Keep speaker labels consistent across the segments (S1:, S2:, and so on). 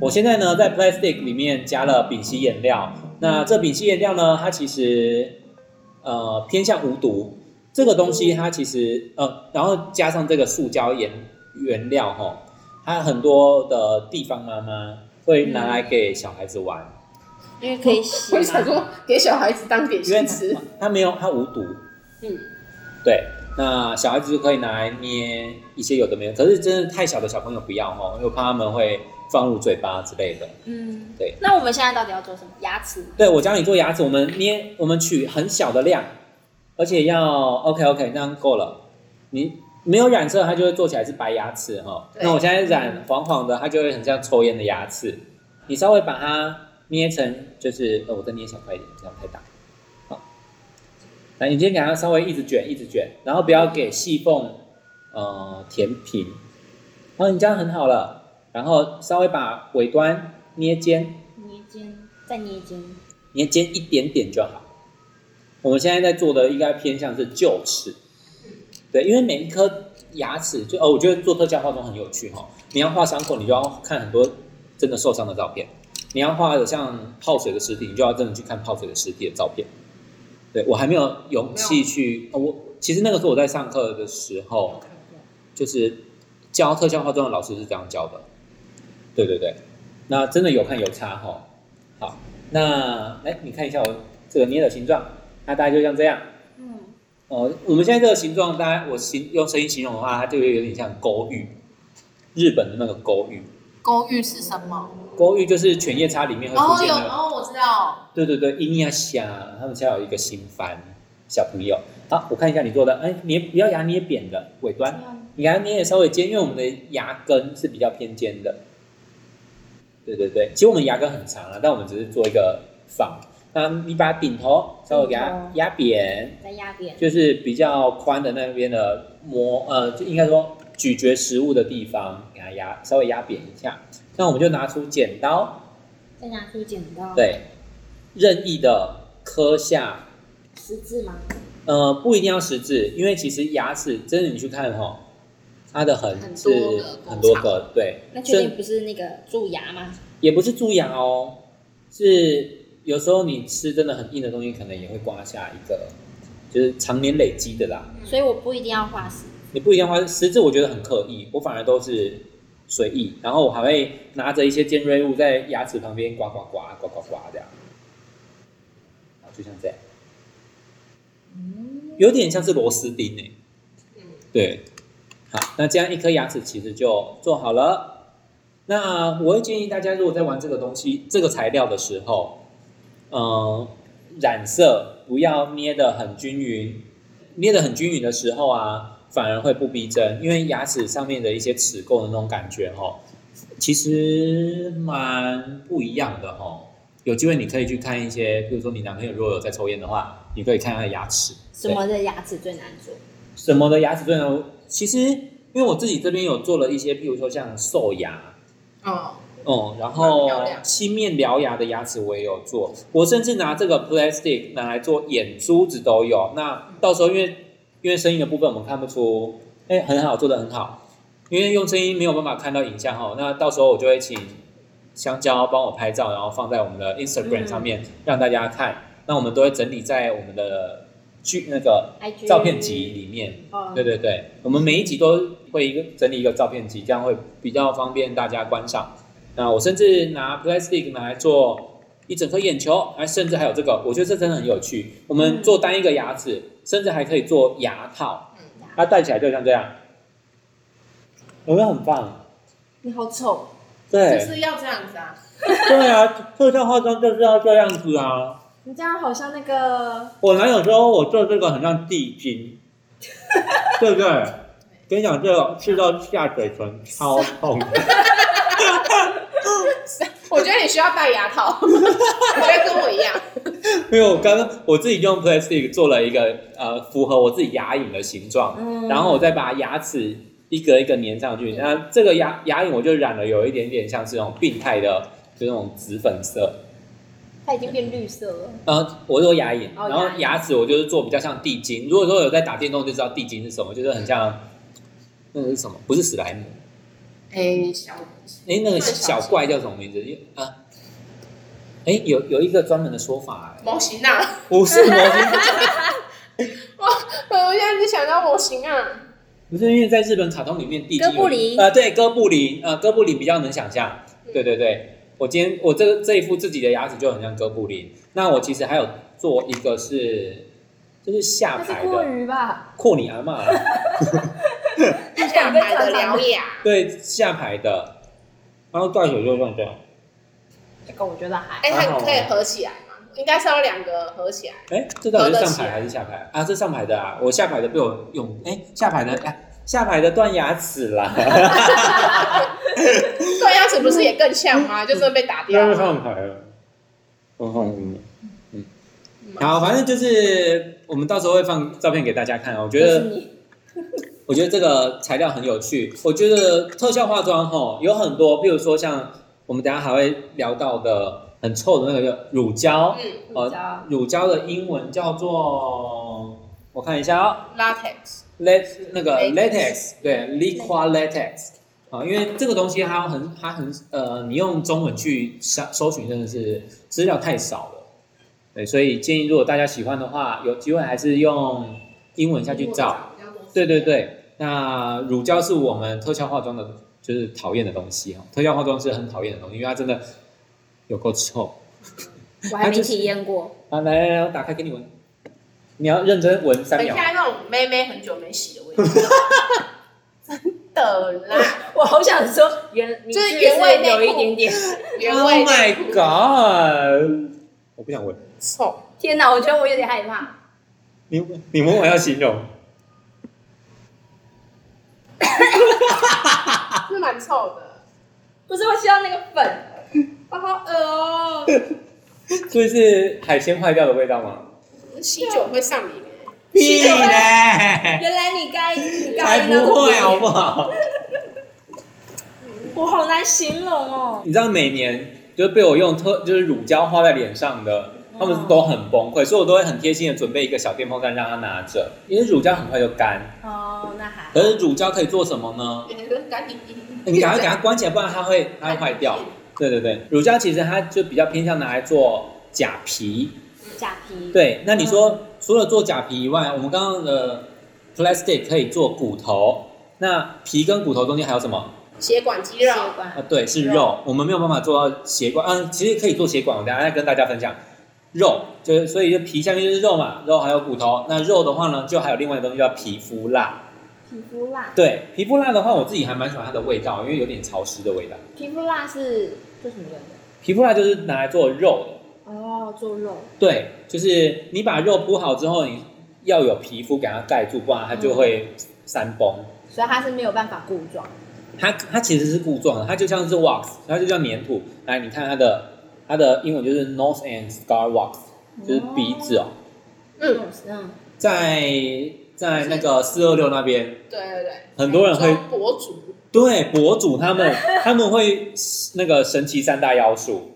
S1: 我现在呢在 plastic 里面加了丙烯颜料，那这丙烯颜料呢，它其实呃偏向无毒，这个东西它其实呃，然后加上这个塑胶颜原料哈、它很多的地方妈妈会拿来给小孩子玩，
S2: 因为可以洗
S3: 我想
S2: 嘛。
S3: 说给小孩子当点
S1: 因为
S3: 心吃
S1: 它，它没有它无毒，
S3: 嗯，
S1: 对，那小孩子就可以拿来捏一些有的没有，可是真的太小的小朋友不要哦，因为我怕他们会放入嘴巴之类的。
S2: 嗯，
S1: 对。
S2: 那我们现在到底要做什么？牙齿
S1: 对我教你做牙齿，我们捏，我们取很小的量，而且要 OK OK，这样够了。你没有染色，它就会做起来是白牙齿哈。
S3: 对
S1: 那我现在染黄黄的，它就会很像抽烟的牙齿。你稍微把它捏成，就是、呃我再捏小块一点，这样太大。好，来，你先给它稍微一直卷，一直卷，然后不要给细缝呃填平。好，你这样很好了。然后稍微把尾端捏尖，
S2: 捏尖，再捏尖。
S1: 你要尖一点点就好。我们现在在做的应该偏向是臼齿，对，因为每一颗牙齿就哦，我觉得做特效化妆很有趣哈、哦。你要画伤口，你就要看很多真的受伤的照片；你要画的像泡水的尸体，你就要真的去看泡水的尸体的照片。对我还没有勇气去，哦我其实那个时候我在上课的时候，就是教特效化妆的老师是这样教的。对对对，那真的有看有差哈、好，那来你看一下我这个捏的形状，那大概就像这样。
S2: 嗯，
S1: 哦，我们现在这个形状，大家我形用声音形容的话，它就有点像勾玉，日本的那个勾玉。
S4: 勾玉是什么？
S1: 勾玉就是犬夜叉里面会出
S4: 哦，
S1: 现
S4: 有
S1: 呃的，
S4: 哦，我知道，
S1: 对对对，伊尼虾，他们家有一个新番小朋友。好，我看一下你做的，哎，你不要牙捏扁的尾
S2: 嗯这
S1: 端，
S2: 样
S1: 你牙捏的稍微尖，因为我们的牙根是比较偏尖的。对对对，其实我们牙根很长啊，但我们只是做一个放。那你把顶头稍微给
S2: 顶
S1: 它
S2: 头
S1: 压扁，
S2: 再压扁。
S1: 就是比较宽的那边的磨，呃，就应该说咀嚼食物的地方，给它压稍微压扁一下。那我们就拿出剪刀，
S2: 再拿出剪刀，，
S1: 对，任意的刻下
S2: 十字吗？
S1: 呃，不一定要十字，因为其实牙齿真的你去看哈、它的
S4: 很
S1: 痕
S4: 多
S1: 是
S4: 个工
S1: 很多
S4: 厂
S1: 个，对，
S2: 那确
S1: 这
S2: 定不是那个蛀牙吗？
S1: 也不是蛀牙哦，是有时候你吃真的很硬的东西，可能也会刮下一个，就是常年累积的啦。
S2: 所以我不一定要画十字。
S1: 你不一定要花十字，我觉得很刻意，我反而都是随意，然后我还会拿着一些尖锐物在牙齿旁边刮刮刮刮刮刮这样，啊，就像这样，有点像是螺丝钉诶、
S3: 嗯
S1: 对，好，那这样一颗牙齿其实就做好了。那我会建议大家，如果在玩这个东西、这个材料的时候，嗯、染色不要捏得很均匀，捏得很均匀的时候啊，反而会不逼真，因为牙齿上面的一些齿垢的那种感觉哦，其实蛮不一样的哦。有机会你可以去看一些，比如说你男朋友如果有在抽烟的话，你可以看他的牙齿。
S2: 什么的牙齿最难做？
S1: 什么的牙齿最难？其实因为我自己这边有做了一些，譬如说像兽牙，
S4: 嗯
S3: 哦，
S1: 哦、然后
S3: 漂亮
S1: 漆面獠牙的牙齿我也有做，我甚至拿这个 plastic 拿来做眼珠子都有。那到时候因为因为声音的部分我们看不出，哎，很好，做的很好。因为用声音没有办法看到影像哈，那到时候我就会请香蕉帮我拍照，然后放在我们的 Instagram
S2: 嗯
S1: 上面、让大家看。那我们都会整理在我们的剧那个
S2: IG
S1: 照片集里面。
S2: 哦
S5: 嗯
S1: 对对对，我们每一集都会一个整理一个照片集，这样会比较方便大家观赏。那我甚至拿 plastic 拿来做一整颗眼球，还甚至还有这个，我觉得这真的很有趣。我们
S2: 嗯
S1: 做单一个牙齿，甚至还可以做牙套，它戴起来就像这样，有没有哦很棒？
S2: 你好丑，
S3: 就
S1: 对
S3: 是要这样子啊，
S1: 对啊，特效化妆就是要这样子啊。
S2: 你这样好像那个
S1: 我男友说我做这个很像地 精，对不对？跟你讲，这个吃到下嘴唇超痛。
S3: 我觉得你需要戴牙 套，我觉得跟我一样，
S1: 因为我刚刚我自己用 plastic 做了一个呃符合我自己牙龈的形状，
S2: 嗯
S1: 然后我再把牙齿一格一格粘上去。那这个牙牙龈我就染了有一点点像是那种病态的，就那种紫粉色。
S2: 它已经变绿色了。
S1: 呃，我做牙龈，
S2: 哦
S1: 然后
S2: 牙龈
S1: 牙齿我就是做比较像地精。如果说有在打电动就知道地精是什么，就是很像那个是什么？不是史莱姆，
S6: 诶，
S4: 小
S1: 哎，那个
S4: 对小
S1: 小怪叫什么名字？啊，哎，有有一个专门的说法、哎，
S4: 模型 啊，
S1: 不是模型，
S4: 我现在就想到模型啊，
S1: 不是因为在日本卡通里面，地精有
S5: 哥布林
S1: 呃，对，哥布林，呃，哥布林比较能想象，对对对。我今天我这个这一副自己的牙齿就很像哥布林。那我其实还有做一个是，就是下
S5: 那是
S1: 排
S5: 过
S1: 的
S5: 于吧？
S1: 扩你阿妈，
S4: 下排的啊獠牙，
S1: 对下排的，然后断手就断掉。
S5: 这个我觉得还
S4: 哎，它可以合起来吗？应该是要两个合起来，
S1: 哎，这到底
S4: 合
S1: 是
S4: 得
S1: 上
S4: 起来
S1: 排还是下排啊？这上排的啊，我下排的被我用，哎，下排的哎、下排的断牙齿 啦，
S4: 断牙齿不啊是也更像吗？
S1: 嗯
S4: 就是被打掉了，
S1: 上排了，我放嗯嗯，好，反正就是我们到时候会放照片给大家看啊。我觉
S5: 就是
S1: 得，
S5: 你
S1: 我觉得这个材料很有趣。我觉得特效化妆吼有很多，比如说像我们等一下还会聊到的很臭的那个叫乳胶，
S4: 嗯
S5: 比较
S1: 乳胶的英文叫做，我看一下哦。
S4: ，latex，
S1: let 那个 latex
S4: Latex
S1: 对 liqua latex 啊，因为这个东西它很它很呃，你用中文去搜搜寻真的是资料太少了，对，所以建议如果大家喜欢的话，有机会还是用英文下去找。对对对，那乳胶是我们特效化妆的，就是讨厌的东西哈，特效化妆是很讨厌的东西，因为它真的有够臭。
S5: 我还
S1: 它
S5: 没
S1: 就是
S5: 体 验过，
S1: 啊，来来来，我打开给你闻，你要认真闻三
S4: 很
S1: 秒。
S4: 像那种妹妹很久没洗的味道， 真的啦，
S5: 我好想 说原
S4: 就是
S5: 你
S4: 原味内
S5: 有
S4: 裤
S5: 一点点。
S4: 原味
S1: Oh my god！我不想闻。
S4: 臭，
S5: 天哪，我觉得我有点害怕。
S1: 你你们我要形容，
S4: 是蛮臭的。
S5: 不是，我吸到那个粉，
S4: 我好恶哦、
S1: 这是海鲜坏掉的味道吗？
S4: 喜酒会上瘾欸
S1: 屁嘞！
S5: 原来你该你
S1: 才
S5: 该
S1: 不会啊好不好？
S5: 我好难形容哦。
S1: 你知道每年就是被我用特就是乳胶画在脸上的，他们都很崩溃，所以我都会很贴心的准备一个小电风扇让他拿着，因为乳胶很快就干。
S5: 哦，那还
S1: 可是乳胶可以做什么呢？
S4: 嗯赶紧
S1: 你赶快给它关起来，不然它会它会坏掉。对对对，乳胶其实它就比较偏向拿来做假皮，
S5: 假皮，
S1: 对，那你说、除了做假皮以外，我们刚刚的 plastic 可以做骨头，那皮跟骨头中间还有什么？
S4: 血管肌
S5: 血
S4: 肉，
S1: 啊
S5: 管，，
S1: 对，是肉，我们没有办法做到血管，嗯、其实可以做血管，我等一下再跟大家分享。肉就是，所以就皮下面就是肉嘛，肉还有骨头。那肉的话呢，就还有另外一个东西叫皮肤蜡。
S5: 皮肤蜡，
S1: 对，皮肤蜡的话，我自己还蛮喜欢它的味道，因为有点潮湿的味道。
S5: 皮肤蜡是做什么用的？
S1: 皮肤蜡就是拿来做肉的，
S5: 哦，做肉，
S1: 对，就是你把肉铺好之后，你要有皮肤给它盖住，不然它就会散崩。
S5: 所以它是没有办法固状。
S1: 它它其实是固状的，它就像是 wax，它就叫粘土。来，你看它的它的英文就是 nose and scar wax，就是鼻子哦，
S4: 嗯，
S5: 嗯，
S1: 在在那个四二六那边，
S4: 对对对，
S1: 很多人会
S4: 装博主，
S1: 对博主他们他们会那个神奇三大妖术，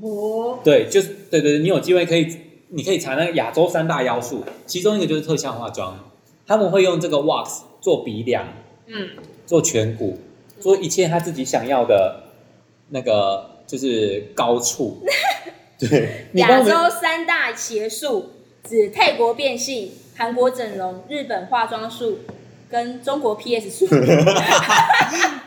S5: 哦，
S1: 对，就是对对对，你有机会可以你可以查那个亚洲三大妖术，其中一个就是特效化妆，他们会用这个 wax 做鼻梁，
S4: 嗯，
S1: 做颧骨，做一切他自己想要的那个就是高处。 对，你帮
S5: 亚
S1: 我们
S5: 洲三大邪术指泰国变性、韩国整容、日本化妆术跟中国 PS 术。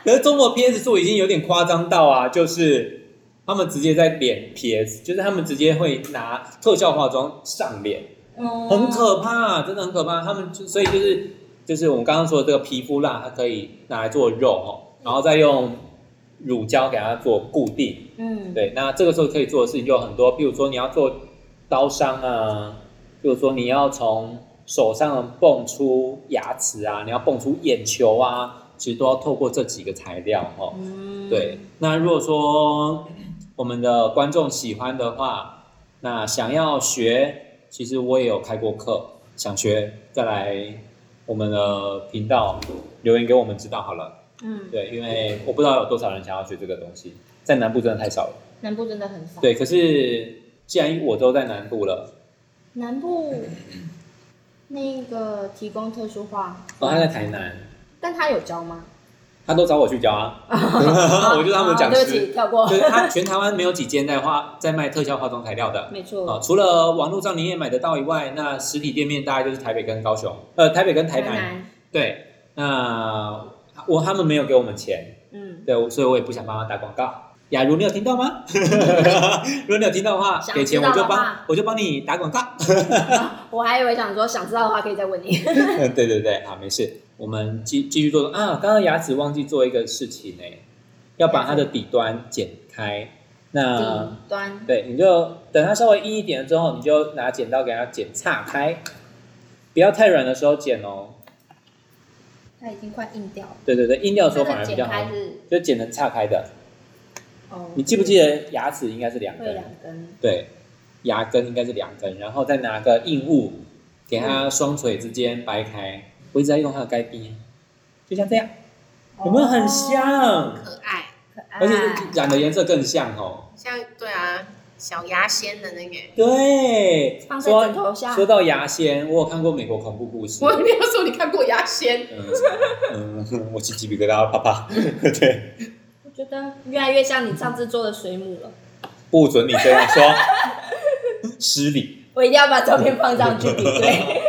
S1: 可是中国 PS 数已经有点夸张到啊，就是他们直接在脸 PS，就是他们直接会拿特效化妆上脸，
S5: 嗯
S1: 很可怕，真的很可怕。他们就所以就是就是我们刚刚说的这个皮肤蜡，它可以拿来做肉哦，然后再用乳胶给它做固定。
S5: 嗯，
S1: 对，那这个时候可以做的事情就有很多，比如说你要做刀伤啊，比如说你要从手上蹦出牙齿啊，你要蹦出眼球啊，其实都要透过这几个材料哦。
S5: 嗯
S1: 对，，那如果说我们的观众喜欢的话，那想要学，其实我也有开过课，想学再来我们的频道留言给我们知道好了。
S5: 嗯，
S1: 对，因为我不知道有多少人想要学这个东西，在南部真的太少了。
S5: 南部真的很少。
S1: 对，可是既然我都在南部了，
S5: 南部那个提供特殊化，
S1: 哦，他在台南，
S5: 但他有教吗？
S1: 他都找我去教 啊，我就是他们讲
S2: 啊对不
S1: 师
S2: 起，。跳过
S1: 就。是他全台湾没有几间在化在卖特效化妆材料的
S2: 没
S1: 啊、
S2: 错，
S1: 除了网络上你也买得到以外，那实体店面大概就是台北跟高雄，呃，台北跟台南。
S2: 南，
S1: 对，那我他们没有给我们钱，
S2: 嗯，
S1: 对，所以我也不想帮他打广告。雅茹，你有听到吗？ 如果你有听到的话，
S2: 想
S1: 给钱
S2: 知道
S1: 我就
S2: 的
S1: 帮
S2: 话，
S1: 我就帮你打广告。
S2: 我还以为想说想知道的话可以再问你。
S1: 嗯对对对，好，没事，我们继继续做啊。刚刚牙齿忘记做一个事情呢、欸要把它的底端剪开。那
S2: 底端，
S1: 对，你就等它稍微硬一点了之后，你就拿剪刀给它剪岔开，不要太软的时候剪哦。
S2: 它已经快硬掉了。
S1: 对对对，硬掉的时
S2: 这
S1: 候反
S2: 个
S1: 而比较
S2: 剪
S1: 好
S2: 开，是
S1: 就剪成岔开的。
S2: 哦，
S1: 你记不记得牙齿应该是两
S2: 会
S1: 根？
S2: 两根？
S1: 对，牙根应该是两根，然后再拿个硬物给
S2: 嗯
S1: 它双腿之间掰开。我一直在用它的该边，就像这样，有没有很
S2: 哦
S1: 像？
S4: 可爱，
S2: 可爱
S1: 而且染的颜色更像哦。
S4: 像对啊，小牙仙的那个。
S1: 对，
S2: 哎放在
S1: 说
S2: 枕头下
S1: 说，到牙仙，我有看过美国恐怖故事。
S4: 一定要说你看过牙仙，
S1: 嗯嗯，我起鸡皮疙瘩，啪啪。 对，
S2: 我觉得越来越像你上次做的水母了。
S1: 不准你这样说， 失礼。
S2: 我一定要把照片放 上去比对。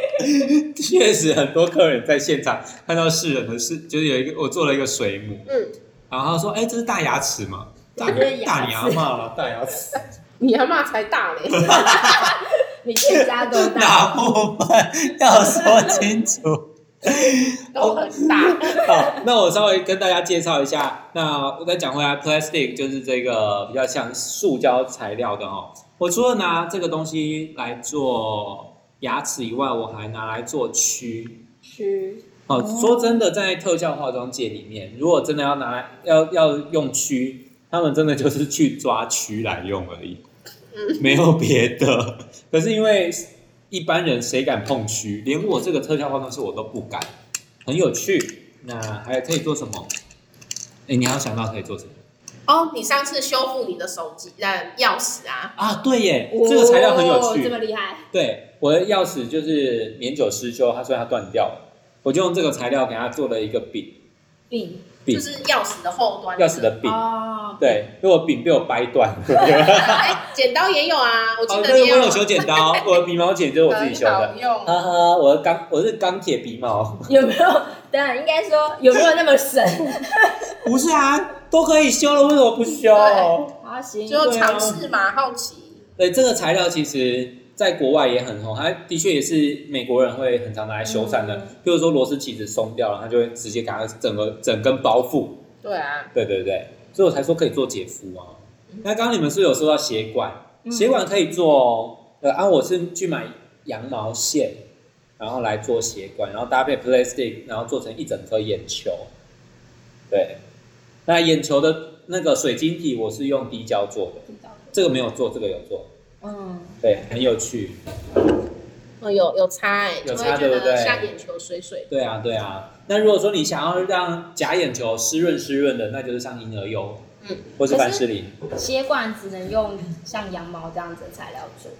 S1: 确实，很多客人在现场看到世人的是，就是有一个我做了一个水母，
S4: 嗯，
S1: 然后他说：“哎、这是大牙齿嘛？大
S2: 这是牙齿
S1: 大牙嘛了，大牙 齿，
S4: 你阿妈才大嘞，
S2: 你全家都 大，
S1: 哪部分 要说清楚？
S4: 都很大，
S1: 好，那我稍微跟大家介绍一下。那我再讲回来，plastic 就是这个比较像塑胶材料的哦。我除了拿这个东西来做牙齿以外，我还拿来做蛆。
S2: 是
S1: 哦
S2: 哦，
S1: 说真的，在特效化妆界里面，如果真的要拿来要要用蛆，他们真的就是去抓蛆来用而已，没有别的。可是因为一般人谁敢碰蛆，连我这个特效化妆师我都不敢，很有趣。那还可以做什么？哎，你还有想到可以做什么
S4: 哦，你上次修复你的手机呃钥匙啊，
S1: 啊？对耶，这个材料很有
S2: 哦
S1: 趣，
S2: 这么厉害，
S1: 对，我的钥匙就是年久失修，它所以它断掉了，我就用这个材料给它做了一个柄，
S2: 饼
S1: 柄
S4: 就是钥匙的后端，
S1: 钥匙的柄。
S2: 哦，
S1: 对，因为我柄被我掰断。
S4: 哎，剪刀也有啊，我记
S1: 哦，
S4: 得你
S1: 对，
S4: 也
S1: 我有修剪刀，我的鼻毛剪就是我自己修的。
S4: 很好用，
S1: 哈哈，我的钢我是钢铁鼻毛，
S2: 有没有？当然应该说有没有那么神？
S1: 不是啊，都可以修了，为什么不修？
S2: 好行，
S4: 就尝试嘛，好奇。
S1: 对，这个材料其实在国外也很红，它的确也是美国人会很常拿来修缮的
S2: 嗯。
S1: 比如说螺丝起子松掉了，他就会直接给它整个整根包覆。
S4: 对啊，
S1: 对对对，所以我才说可以做姐夫啊。
S4: 嗯
S1: 那刚刚你们是不是有说到血管，
S2: 嗯
S1: 血管可以做哦。呃，啊，我是去买羊毛线，然后来做血管，然后搭配 plastic，然后做成一整颗眼球。对，那眼球的那个水晶体我是用滴胶做的，这个没有做，这个有做，
S2: 嗯，
S1: 对，很有趣。
S4: 哦，有有差哎，
S1: 有
S4: 就
S1: 差
S4: 会觉
S1: 对不对
S4: 得像眼球水水。
S1: 对啊，对啊。那如果说你想要让假眼球湿润湿润的，那就是像婴儿油，
S4: 嗯，
S1: 或是
S2: 可
S1: 凡
S2: 是
S1: 士林。
S2: 血管只能用像羊毛这样子的材料做，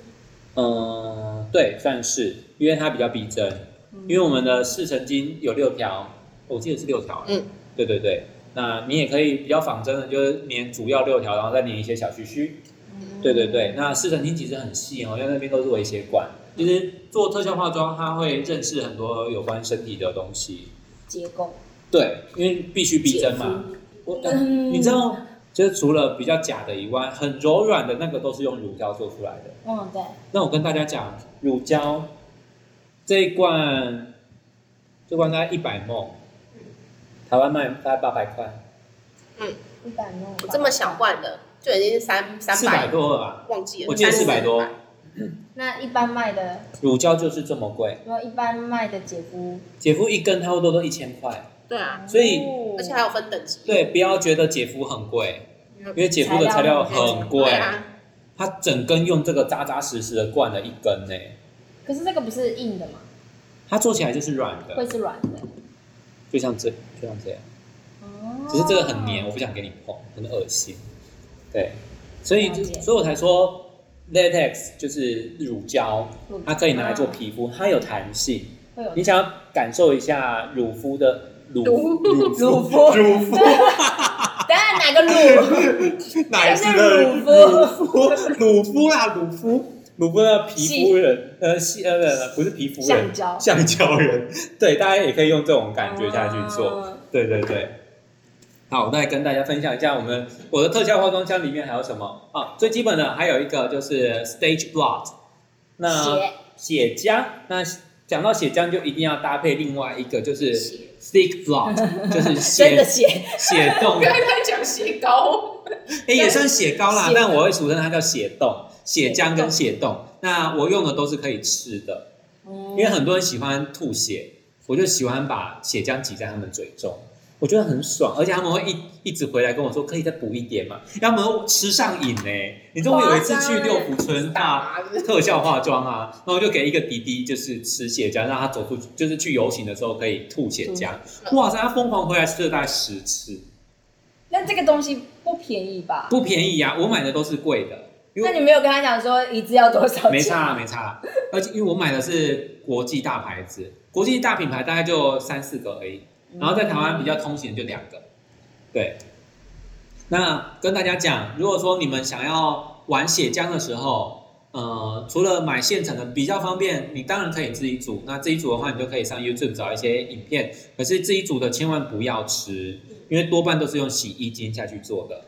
S1: 嗯，对，算是，因为它比较逼真，
S2: 嗯
S1: 因为我们的视神经有六条，我记得是六条。
S4: 嗯，
S1: 对对对。那你也可以比较仿真的，就是粘主要六条，然后再粘一些小须须。对对对，那视神经其实很细哦，因为那边都是微血管。其实做特效化妆，它会认识很多有关身体的东西。
S2: 结构。
S1: 对，因为必须逼真嘛。我、呃
S2: 嗯
S1: 你知道，就是除了比较假的以外，很柔软的那个都是用乳胶做出来的。
S2: 嗯，对，
S1: 那我跟大家讲，乳胶这一罐，这罐大概一百梦，台湾卖大概八百块，
S2: 一百弄
S4: 这么小罐的就已经是三三
S1: 四百，多了吧？
S4: 忘记了，
S1: 我记得四
S4: 300
S1: 百多。
S2: 那一般卖的，
S1: 乳胶就是这么贵，
S2: 如果一般卖的姐夫，
S1: 姐夫一根差不多都一千块，
S4: 对啊，
S1: 所以
S2: 哦
S4: 而且还有分等级。
S1: 嗯对，不要觉得姐夫很贵，
S4: 嗯，
S1: 因为姐夫的材料很贵
S4: 对，啊，
S1: 他整根用这个扎扎实实的灌了一根呢、
S2: 可是这个不是硬的嘛，
S1: 它做起来就是软的，
S2: 会是软的。
S1: 就像这，就像这样。
S2: 哦
S1: 只是这个很黏，我不想给你碰，很恶心。对，所以就
S2: 了解
S1: 所以我才说 latex 就是乳胶
S2: 乳胶，
S1: 它可以拿来做皮肤，它有弹性。
S2: 会有
S1: 你想要感受一下乳肤的乳
S7: 乳
S1: 乳
S5: 乳
S1: 肤
S5: 肤，
S1: 乳肤
S7: 等下哪个乳？
S1: 奶子
S5: 还
S1: 的
S5: 是乳
S1: 乳肤乳肤啦，乳肤乳肤的皮肤人，呃，细呃呃不是皮肤人
S7: 橡，胶。
S1: 橡胶人，对，大家也可以用这种 感觉下去做。
S5: 哦。
S1: 对对对。好，那跟大家分享一下我们我的特效化妆箱里面还有什么啊？最基本的还有一个就是 stage blood，那
S7: 鞋
S1: 血浆。那讲到血浆，就一定要搭配另外一个就是
S4: 血
S1: stick blood，就是
S5: 真的
S1: 血
S5: 血，
S1: 血冻，哎、
S4: 刚刚讲鞋高，
S1: 也算血膏啦
S5: 血，
S1: 但我会俗称它叫血冻、血浆跟血冻。那我用的都是可以吃的，
S2: 嗯
S1: 因为
S5: 因
S1: 很多人喜欢吐血，我就喜欢把血浆挤在他们嘴中，我觉得很爽，而且他们会一一直回来跟我说可以再补一点嘛，要么吃上瘾呢、你知道我有一次去六福村化
S4: 打麻子，
S1: 特效化妆啊，然后我就给一个弟弟就是吃血浆，让他走出去，就是去游行的时候可以吐血浆，哇塞，他疯狂回来吃了大概十次，
S5: 那这个东西不便宜吧？
S1: 不便宜啊，我买的都是贵的，因
S5: 那
S1: 为
S5: 你没有跟他讲说一支要多少钱？
S1: 没
S4: 啊
S1: 差啊啦没差啦，而且因为我买的是国际大牌子，国际大品牌大概就三四个而已。
S5: 嗯，
S1: 然后在台湾比较通行的就两个，对。那跟大家讲，如果说你们想要玩血浆的时候，呃，除了买现成的比较方便，你当然可以自己煮。那自己煮的话，你就可以上 YouTube 找一些影片。可是自己煮的千万不要吃，因为多半都是用洗衣精下去做的，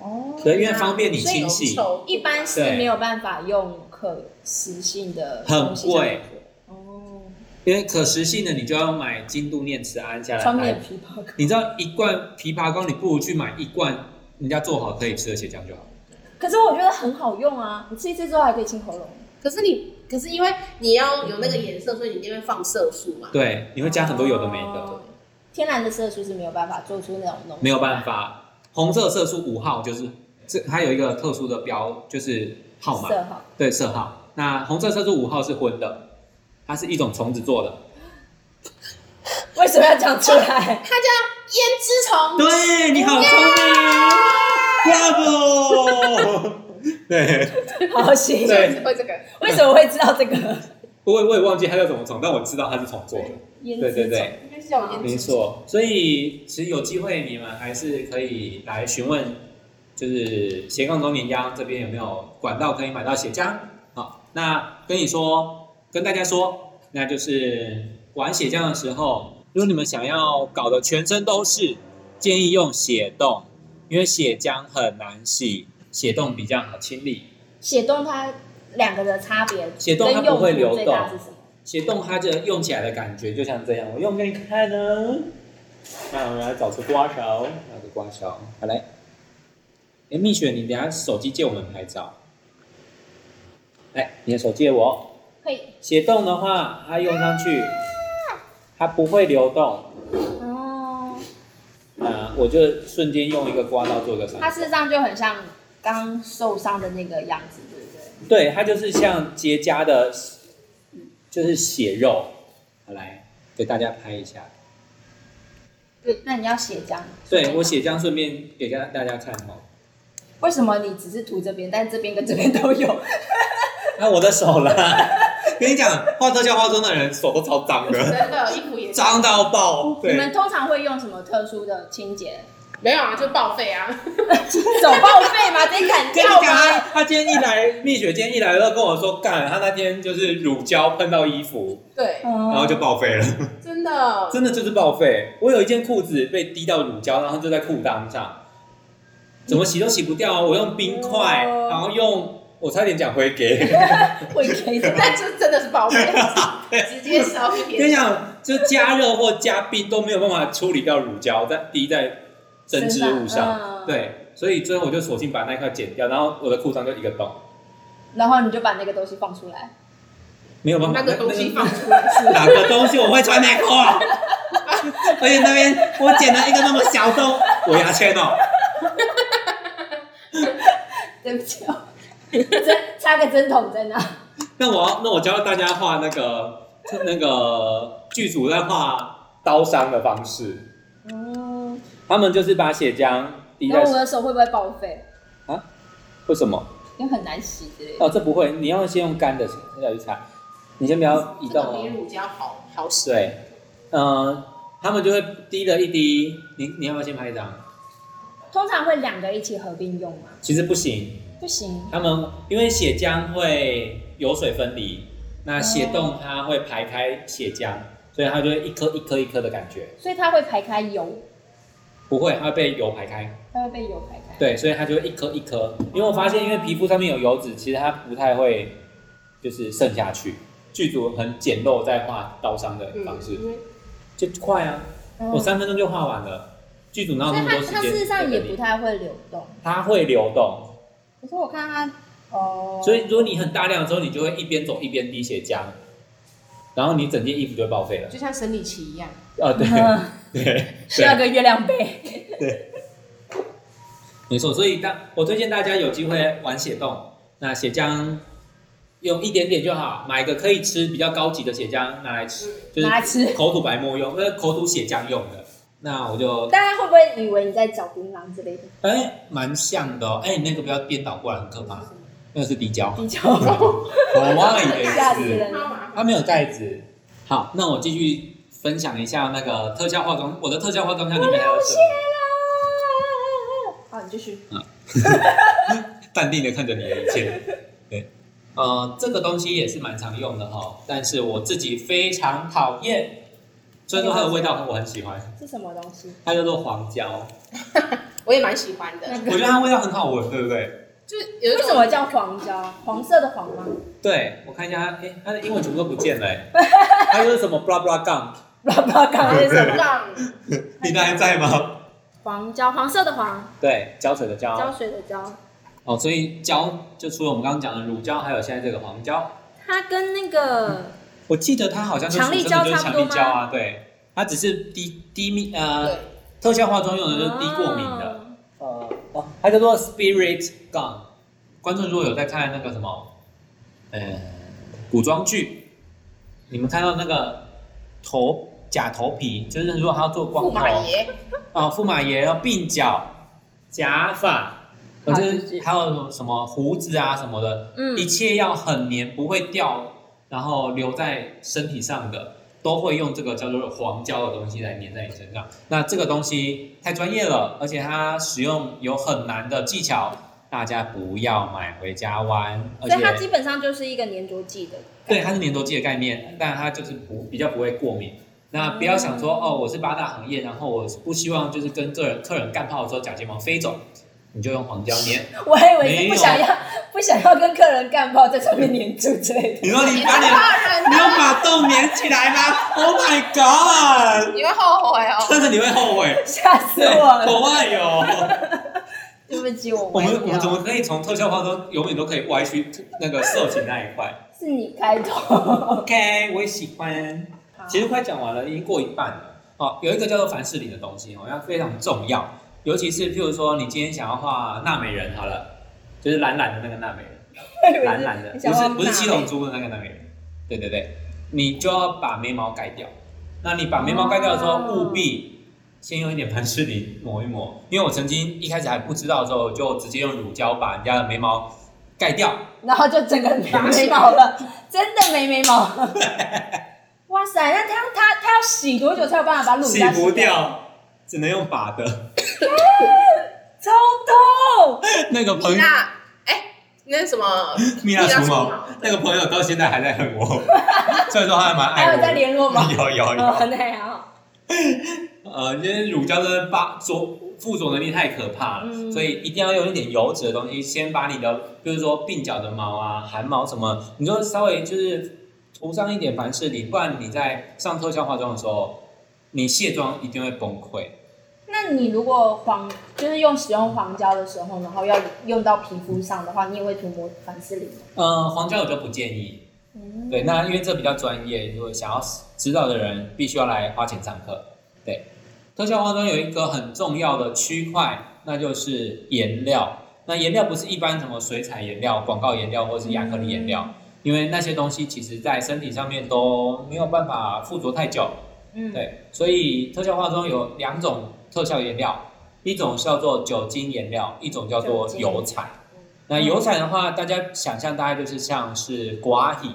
S5: 哦，
S1: 对，因为方便你
S4: 所以
S1: 清
S4: 有
S1: 洗。
S4: 手
S5: 一般是
S1: 对
S5: 没有办法用可食性的
S1: 很
S5: 东西上去
S1: 贵
S5: 做。哦，
S1: 因为可食性的，你就要买金度念慈庵下来
S5: 穿
S1: 拍
S5: 面。皮包
S1: 你知道一罐枇杷膏，你不如去买一罐人家做好可以吃的血浆就好。
S5: 可是我觉得很好用啊！你吃一次之后还可以清喉咙，
S4: 可是你，可是因为你要有那个颜色，所以你一定会放色素嘛。
S1: 对，你会加很多有的没的。
S5: 哦天然的色素是没有办法做出那种浓，
S1: 没有办法。红色色素五号就是这，它有一个特殊的标，就是号码，
S5: 色号。
S1: 对色号。那红色色素五号是荤的，它是一种虫子做的。
S5: 为什么要讲出来？
S4: 它叫胭脂虫，
S1: 对，你好聪啊明，bravo！对，
S5: 好行，
S1: 对
S4: 会这个
S5: 为什么会知道这个？
S1: 我也我也忘记它叫什么虫，但我知道它是虫做的。
S5: 胭
S1: 对对
S5: 脂
S1: 对
S5: 虫，
S4: 应该是叫胭
S1: 没
S4: 脂虫。
S1: 错，所以其实有机会你们还是可以来询问，就是斜杠中年央这边有没有管道可以买到血浆？好，那跟你说，跟大家说，那就是玩血浆的时候，如果你们想要搞得全身都是，建议用血冻，因为血浆很难洗，血冻比较好清理。
S5: 血冻它两个的差别，
S1: 血冻它
S5: 跟用
S1: 不会
S5: 途
S1: 流
S5: 最
S1: 动
S5: 大是什么？
S1: 血冻它这用起来的感觉就像这样，我用给你看呢。那我们来找出刮勺，拿个刮勺，好来。哎，蜜雪，你等下手机借我们拍照。来，你的手借我。
S5: 会
S1: 血冻的话，它用上去，它不会流动。
S5: 哦，
S1: 啊、我就瞬间用一个刮刀做一个伤口
S5: 它事实上就很像刚受伤的那个样子，对不对？
S1: 对，它就是像结痂的，就是血肉。好来，给大家拍一下。
S5: 对，那你要血浆。
S1: 对我血浆顺便给大大家看哦。
S5: 为什么你只是涂这边，但这边跟这边都有？
S1: 那我的手啦， 跟你讲，画特效化妆的人手都超脏的，
S4: 真的，衣服也是
S1: 脏到爆。
S5: 你
S1: 对
S5: 们，通常会用什么特殊的清洁？
S4: 没有啊，就报废啊。
S5: 手报废吗？直 接砍
S1: 跟你讲，
S5: 掉
S1: 他
S5: 吗？
S1: 他今天一来，蜜雪今天一来都跟我说，干，他那天就是乳胶喷到衣服，
S4: 对，
S5: 然
S1: 然后就报废了，
S4: 真的。
S1: 真的就是报废。我有一件裤子被滴到乳胶，然后就在裤裆上，怎么洗都洗不掉啊！我用冰块，
S5: 哦
S1: 然后用，我差点讲回给。
S5: 会给的。
S4: 那就 真的是报废，直接烧一
S1: 跟你
S4: 边。
S1: 讲，就加热或加冰都没有办法处理掉乳胶在滴在针织物
S5: 身上
S1: 上，
S5: 嗯
S1: 对，所以最后我就索性把那块剪掉，然后我的裤裆就一个洞，
S5: 然后你就把那个东西放出来。
S1: 没有办法
S4: 那个东西
S1: 那
S4: 放 出来是
S1: 那哪个东西我会穿内裤啊？而且那边我剪了一个那么小洞，我牙签哦，
S5: 对不起哦， 针插个针筒在那。
S1: 那我要那我教大家画那个那个剧组在画刀伤的方式，
S5: 嗯，
S1: 他们就是把血浆滴在
S5: 然后我的手会不会报废？
S1: 为什么？
S5: 又很难洗之类的。
S1: 哦，这不会，你要先用干的下去擦。你先不要移
S4: 这
S1: 动
S4: 个比
S1: 哦。
S4: 乳胶好好使。
S1: 对，嗯、他们就会滴了一滴。你你要不要先拍一张？
S5: 通常会两个一起合并用吗？
S1: 其实不行，
S5: 不行，
S1: 他们因为血浆会油水分离，那血冻它会排开血浆，所以它就会一颗一颗一颗的感觉，
S5: 所以它会排开油，
S1: 不会，它会被油排开。
S5: 它会被油排开。
S1: 对，所以它就会一颗一颗。因为我发现，因为皮肤上面有油脂，其实它不太会就是渗下去。剧组很简陋在画刀伤的方式，
S4: 因为
S1: 就快啊，
S5: 嗯
S1: 我三分钟就画完了。剧组哪有
S5: 所
S1: 那
S5: 以
S1: 么
S5: 它
S1: 多时间
S5: 它
S1: 在给你？
S5: 事实上也不太会流动。
S1: 它会流动，
S5: 可是我看它哦，
S1: 所以如果你很大量的时候，你就会一边走一边滴血浆，然后你整件衣服就会报废了。
S4: 就像生理期一样，
S1: 啊，对
S5: 嗯
S1: 对
S5: 需要
S1: 对，
S5: 个月亮杯。
S1: 没错。所以当我推荐大家有机会玩血冻，那血浆用一点点就好，买一个可以吃比较高级的血浆拿来吃，就是
S5: 嗯拿来吃
S1: 口吐白沫用，那呃口吐血浆用的。那我就
S5: 大家会不会以为你在找槟榔 之类的？
S1: 哎，蛮像的哦。哎，你那个不要颠倒过来，很可怕。那个是滴胶，
S5: 比较
S1: 我忘了以为
S5: 吓死
S1: 是。
S5: 人
S4: 超
S5: 了。
S4: 麻烦。
S1: 它没有盖子。好，那我继续分享一下那个特效化妆，我的特效化妆箱里面还有什么？
S4: 好，你继续。
S1: 淡定的看着你的一 切。对，呃，这个东西也是蛮常用的哈、但是我自己非常讨厌。虽然说它的味道我很喜欢，
S5: 是什么东西？
S1: 它叫做黄胶，
S4: 我也蛮喜欢的，
S1: 我觉得它味道很好闻，对不对？
S4: 就是有一
S5: 嗯为什
S4: 种
S5: 么叫黄胶？黄色的黄吗
S1: 对，我看一下它，哎，它的英文全部都不见 了，哎它就是什么 blah blah gum，
S5: 不知
S1: 啊
S5: 道刚刚是什么。
S4: 让
S1: 你那还在吗？
S5: 黄胶，黄色的黄，
S1: 对，胶水的
S5: 胶
S1: 胶，
S5: 水的胶。
S1: 哦，所以胶就除了我们刚刚讲的乳胶，还有现在这个黄胶，
S5: 它跟那个
S1: 我记得它好像是
S5: 强力胶
S1: 就是
S5: 差
S1: 强
S5: 不多
S1: 力
S5: 吗
S1: 胶啊，对，它只是低低密呃
S4: 对
S1: 特效化妆用的，嗯就是低过敏的，
S5: 哦
S1: 呃哦，它叫做 Spirit Gun。观众如果有在看那个什么，呃，古装剧，你们看到那个头假头皮，就是如果他要做光
S4: 驸
S1: 头
S4: 马爷，
S1: 啊，驸马爷要鬓角、假发，
S5: 发
S1: 或者
S5: 质记
S1: 还有什么胡子啊什么的，
S5: 嗯
S1: 一切要很黏，不会掉，然后留在身体上的，都会用这个叫做黄胶的东西来粘在你身上。那这个东西太专业了，而且它使用有很难的技巧，大家不要买回家玩。而
S5: 所以它
S1: 且
S5: 基本上就是一个粘着剂的。
S1: 对，它是粘着剂的概念，但它就是不比较不会过敏。那不要想说哦，我是八大行业，然后我不希望就是跟个人客人干炮的时候假睫毛飞走，你就用黄胶粘。
S5: 我还以为是不想要 不想要跟客人干爆，在上面粘住 之类的。
S1: 你说你把 你
S4: 大人，
S1: 你要把洞粘起来吗？Oh my god！
S4: 你会后悔哦。
S1: 真的你会后悔，
S5: 吓死我了！
S1: 好坏哟！
S5: 对不起，我
S1: 我
S5: 歪
S1: 们我们怎
S5: 掉。
S1: 么可以从特效化妆永远都可以歪曲那个色情那一块
S5: 是你开头。
S1: ？OK，我也喜欢。其实快讲完了，已经过一半了。哦，有一个叫做凡士林的东西哦，它非常重要，尤其是譬如说你今天想要画纳美人好了，就是懒懒的那个纳美人。蓝蓝的，
S5: 你
S1: 不
S5: 想要
S1: 是不是
S5: 哪
S1: 七
S5: 里
S1: 龙珠的那个那个人，对对对，你就要把眉毛盖掉。那你把眉毛盖掉的时候，
S5: 哦
S1: 务必先用一点凡士林抹一抹，因为我曾经一开始还不知道的时候，我就直接用乳胶把人家的眉毛盖掉。
S5: 然后就整个没眉毛 了，真的没眉毛。哇塞，那他他他要洗多久才有办法把乳
S1: 洗
S5: 胶
S1: 不
S5: 掉？
S1: 掉，只能用拔的。
S5: 超痛！
S1: 那个朋
S4: 米
S1: 友，
S4: 娜，哎，那什么，
S1: 蜜蜡除
S4: 除
S1: 毛
S4: 毛，
S1: 那个朋友到现在还在恨我， 虽然说他还蛮爱
S5: 还
S1: 我
S5: 有在
S1: 的。
S5: 联络吗？
S1: 有有有，
S5: 哦，那好，
S1: 呃，因为乳胶的把着附着能力太可怕了，
S5: 嗯
S1: 所以一定要用一点油脂的东西，先把你的，比如说鬓角的毛啊、汗毛什么，你就稍微就是涂上一点凡士林，不然你在上特效化妆的时候，你卸妆一定会崩溃。
S5: 那你如果黄就是用使用黄胶的时候，然后要用到皮肤上的话，你也会涂抹凡士林吗？
S1: 呃，黄胶我就不建议，
S5: 嗯，
S1: 对，那因为这比较专业，如果想要知道的人，必须要来花钱上课。对，特效化妆有一个很重要的区块，那就是颜料。那颜料不是一般什么水彩颜料、广告颜料或是亚克力颜料，因为那些东西其实在身体上面都没有办法附着太久。
S5: 嗯，
S1: 对，所以特效化妆有两种特效颜料，一种叫做酒精颜料，一种叫做油彩。那油彩的话，大家想象大概就是像是瓜体，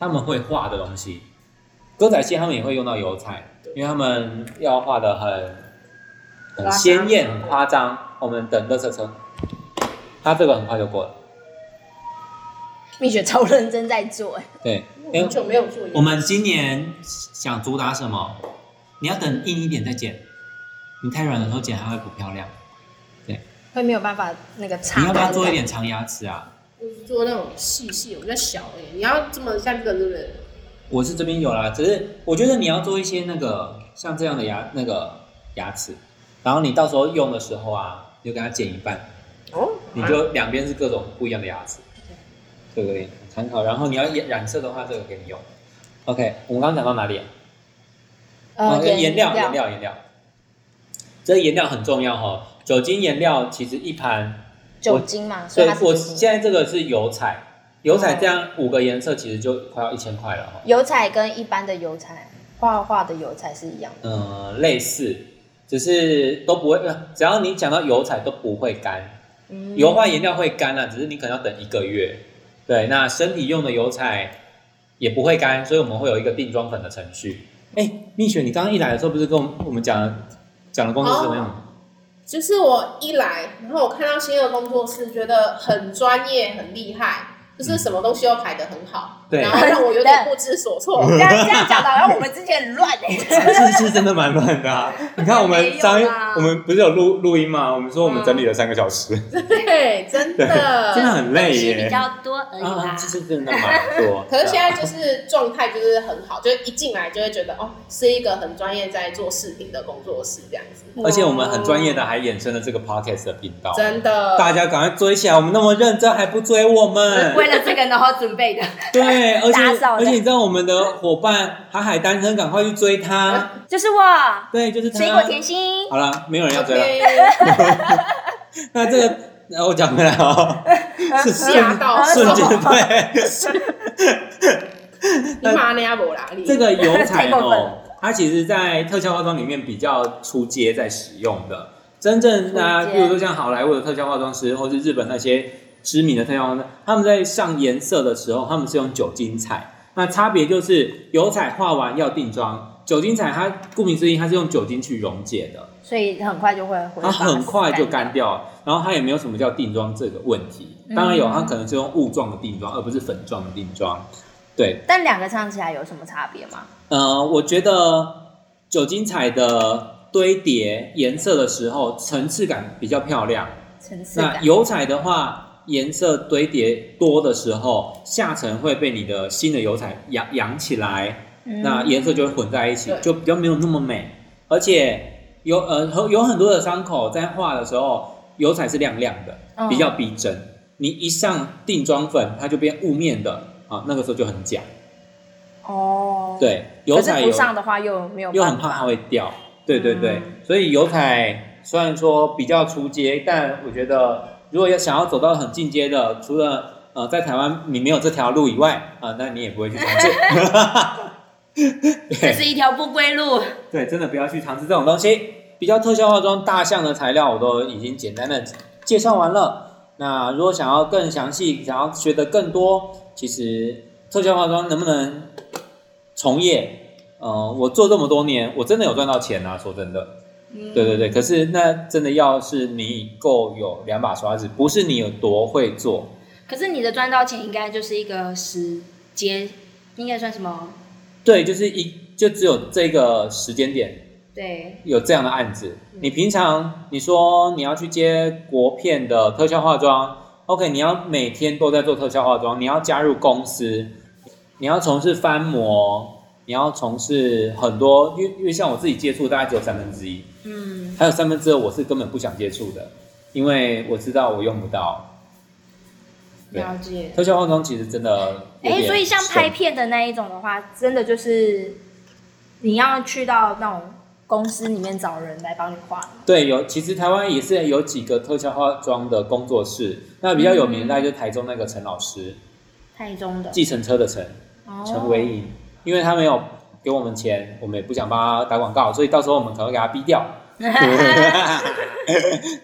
S1: 他们会画的东西。歌仔戏他们也会用到油彩，
S4: 对
S1: 因为他们要画的很很鲜艳、很夸张。我们等乐色车，他这个很快就过了。
S5: 蜜雪超认真在做，哎，
S1: 对，
S4: 我
S1: 因为
S4: 很久没有做眼
S1: 我们今年想主打什么？你要等硬一点再剪，你太软的时候剪它会不漂亮。
S5: 会没有办法那个插。
S1: 你要不要做一？点长牙齿啊？
S4: 我是做那种细细，我比较小哎、你要这么像这个对不对？
S1: 我是这边有啦，只是我觉得你要做一些那个像这样的牙那个牙齿，然后你到时候用的时候啊，你就给它剪一半，
S4: 哦，
S1: 你就两边是各种不一样的牙齿，这个可以参考。然后你要染染色的话，这个给你用。OK，我们刚刚讲到哪里？啊
S5: 呃，
S1: 哦颜料，颜料，颜料，这颜料很重要哈、哦。酒精颜料其实一盘，
S5: 酒精嘛，所
S1: 所
S5: 以
S1: 以
S5: 它是
S1: 我
S5: 酒精
S1: 现在这个是油彩，油彩这样五个颜色其实就快要一千块了哈、哦。
S5: 油彩跟一般的油彩，画画的油彩是一样的。
S1: 嗯，类似，只是都不会，呃只要你讲到油彩都不会干，
S5: 嗯
S1: 油画颜料会干啊，只是你可能要等一个月。对，那身体用的油彩也不会干，所以我们会有一个定妆粉的程序。哎，蜜雪，你刚刚一来的时候不是跟我们我们讲讲的工作是怎么样？
S4: 就是我一来，然后我看到新的工作室，觉得很专业、很厉害，就是什么东西都排得很好，
S1: 嗯对
S4: 然后让我有点不知 所措。
S5: 这样这样讲的，然后我们之前很乱哎。
S1: 这是真的蛮乱的啊！你看我们上一
S4: 没有啦
S1: 我们不是有录录音吗？我们说我们整理了三个小时，
S4: 对，真
S1: 对
S4: 的，
S1: 真的。很累
S2: 是
S1: 耶
S2: 比。较多而已啦
S1: 啊，。这是真的蛮 多。
S4: 可是现在就是状态就是很好，就是一进来就会觉得哦，是一个很专业在做饰品的工作室这样子，
S1: 而且我们很专业的还衍生了这个 podcast 的频道，
S4: 真的。
S1: 大家赶快追起来！我们那么认真还不追我们？
S2: 为了这个然后准备的，
S1: 对，而且
S5: 打扫的
S1: 而且你知道我们的伙伴海海单身，赶快去追 他。
S2: 就是我
S1: 对，就是他。
S2: 水果甜心，
S1: 好了，没有人要追了。
S4: OK，
S1: 那这个，那我讲回来哦，是
S4: 吓
S1: 瞬
S4: 到
S1: 瞬间对。
S4: 你骂那阿伯啦，你
S1: 这个油彩
S5: 太过分
S1: 哦，它其实，在特效化妆里面比较出街在使用的。真正啊，
S5: 出街
S1: 比如说像好莱坞的特效化妆师，或是日本那些知名的特效化妆师，他们在上颜色的时候，他们是用酒精彩。那差别就是油彩画完要定妆，酒精彩它顾名思义，它是用酒精去溶解的。
S5: 所以很快就会回。
S1: 它很快就。干掉了，然后它也没有什么叫定妆这个问题。
S5: 嗯
S1: 当然有，它可能是用雾状的定妆，而不是粉状的定妆。对，
S5: 但两个唱起来有什么差别吗？
S1: 呃，我觉得酒精彩的堆叠颜色的时候，层次感比较漂亮。
S5: 层次
S1: 那
S5: 感。
S1: 油彩的话，颜色堆叠多的时候，下层会被你的新的油彩扬扬起来，
S5: 嗯
S1: 那颜色就会混在一起
S4: 对，
S1: 就比较没有那么美。而且有呃和有很多的伤口在画的时候，油彩是亮亮的，
S5: 嗯
S1: 比较逼真。你一上定妆粉，它就变雾面的啊，那个时候就很假。
S5: 哦。。
S1: 对，油
S5: 可是
S1: 彩
S5: 不
S1: 有
S5: 上的话又没有。
S1: 又很怕它。会掉。对对对，
S5: 嗯
S1: 所以油彩虽然说比较出街，但我觉得如果要想要走到很进阶的，除了呃在台湾你没有这条路以外啊、那你也不会去尝试。
S2: 这
S1: 对
S2: 是一条不归路。
S1: 对，真的不要去尝试这种东西。比较特效化妆大项的材料我都已经简单的介绍完了。那如果想要更详细，想要学的更多，其实特效化妆能不能从业？呃，我做这么多年，我真的有赚到钱啊！说真的，对对对。可是那真的要是你够有两把刷子，不是你有多会做，
S2: 可是你的赚到钱应该就是一个时间，应该算什么？
S1: 对，就是一就只有这个时间点，
S2: 对，
S1: 有这样的案子，
S5: 嗯
S1: 你平常你说你要去接国片的特效化妆，OK，你要每天都在做特效化妆，你要加入公司，你要从事翻模，你要从事很多，因为因为像我自己接触大概只有三分之一，
S2: 嗯，
S1: 还有三分之二我是根本不想接触的，因为我知道我用不到。对
S5: 了解。
S1: 特效化妆其实真的有
S5: 哎、
S1: 点
S5: 所以像拍
S1: 深
S5: 片的那一种的话，真的就是你要去到那种公司里面找人来帮你画。
S1: 对，有其实台湾也是有几个特效化妆的工作室，那比较有名的大概就是台中那个陈老师，
S5: 太中的。
S1: 计程车的陈。
S5: 哦
S1: 陈维颖，因为他没有给我们钱，我们也不想帮他打广告，所以到时候我们可能会给他逼掉，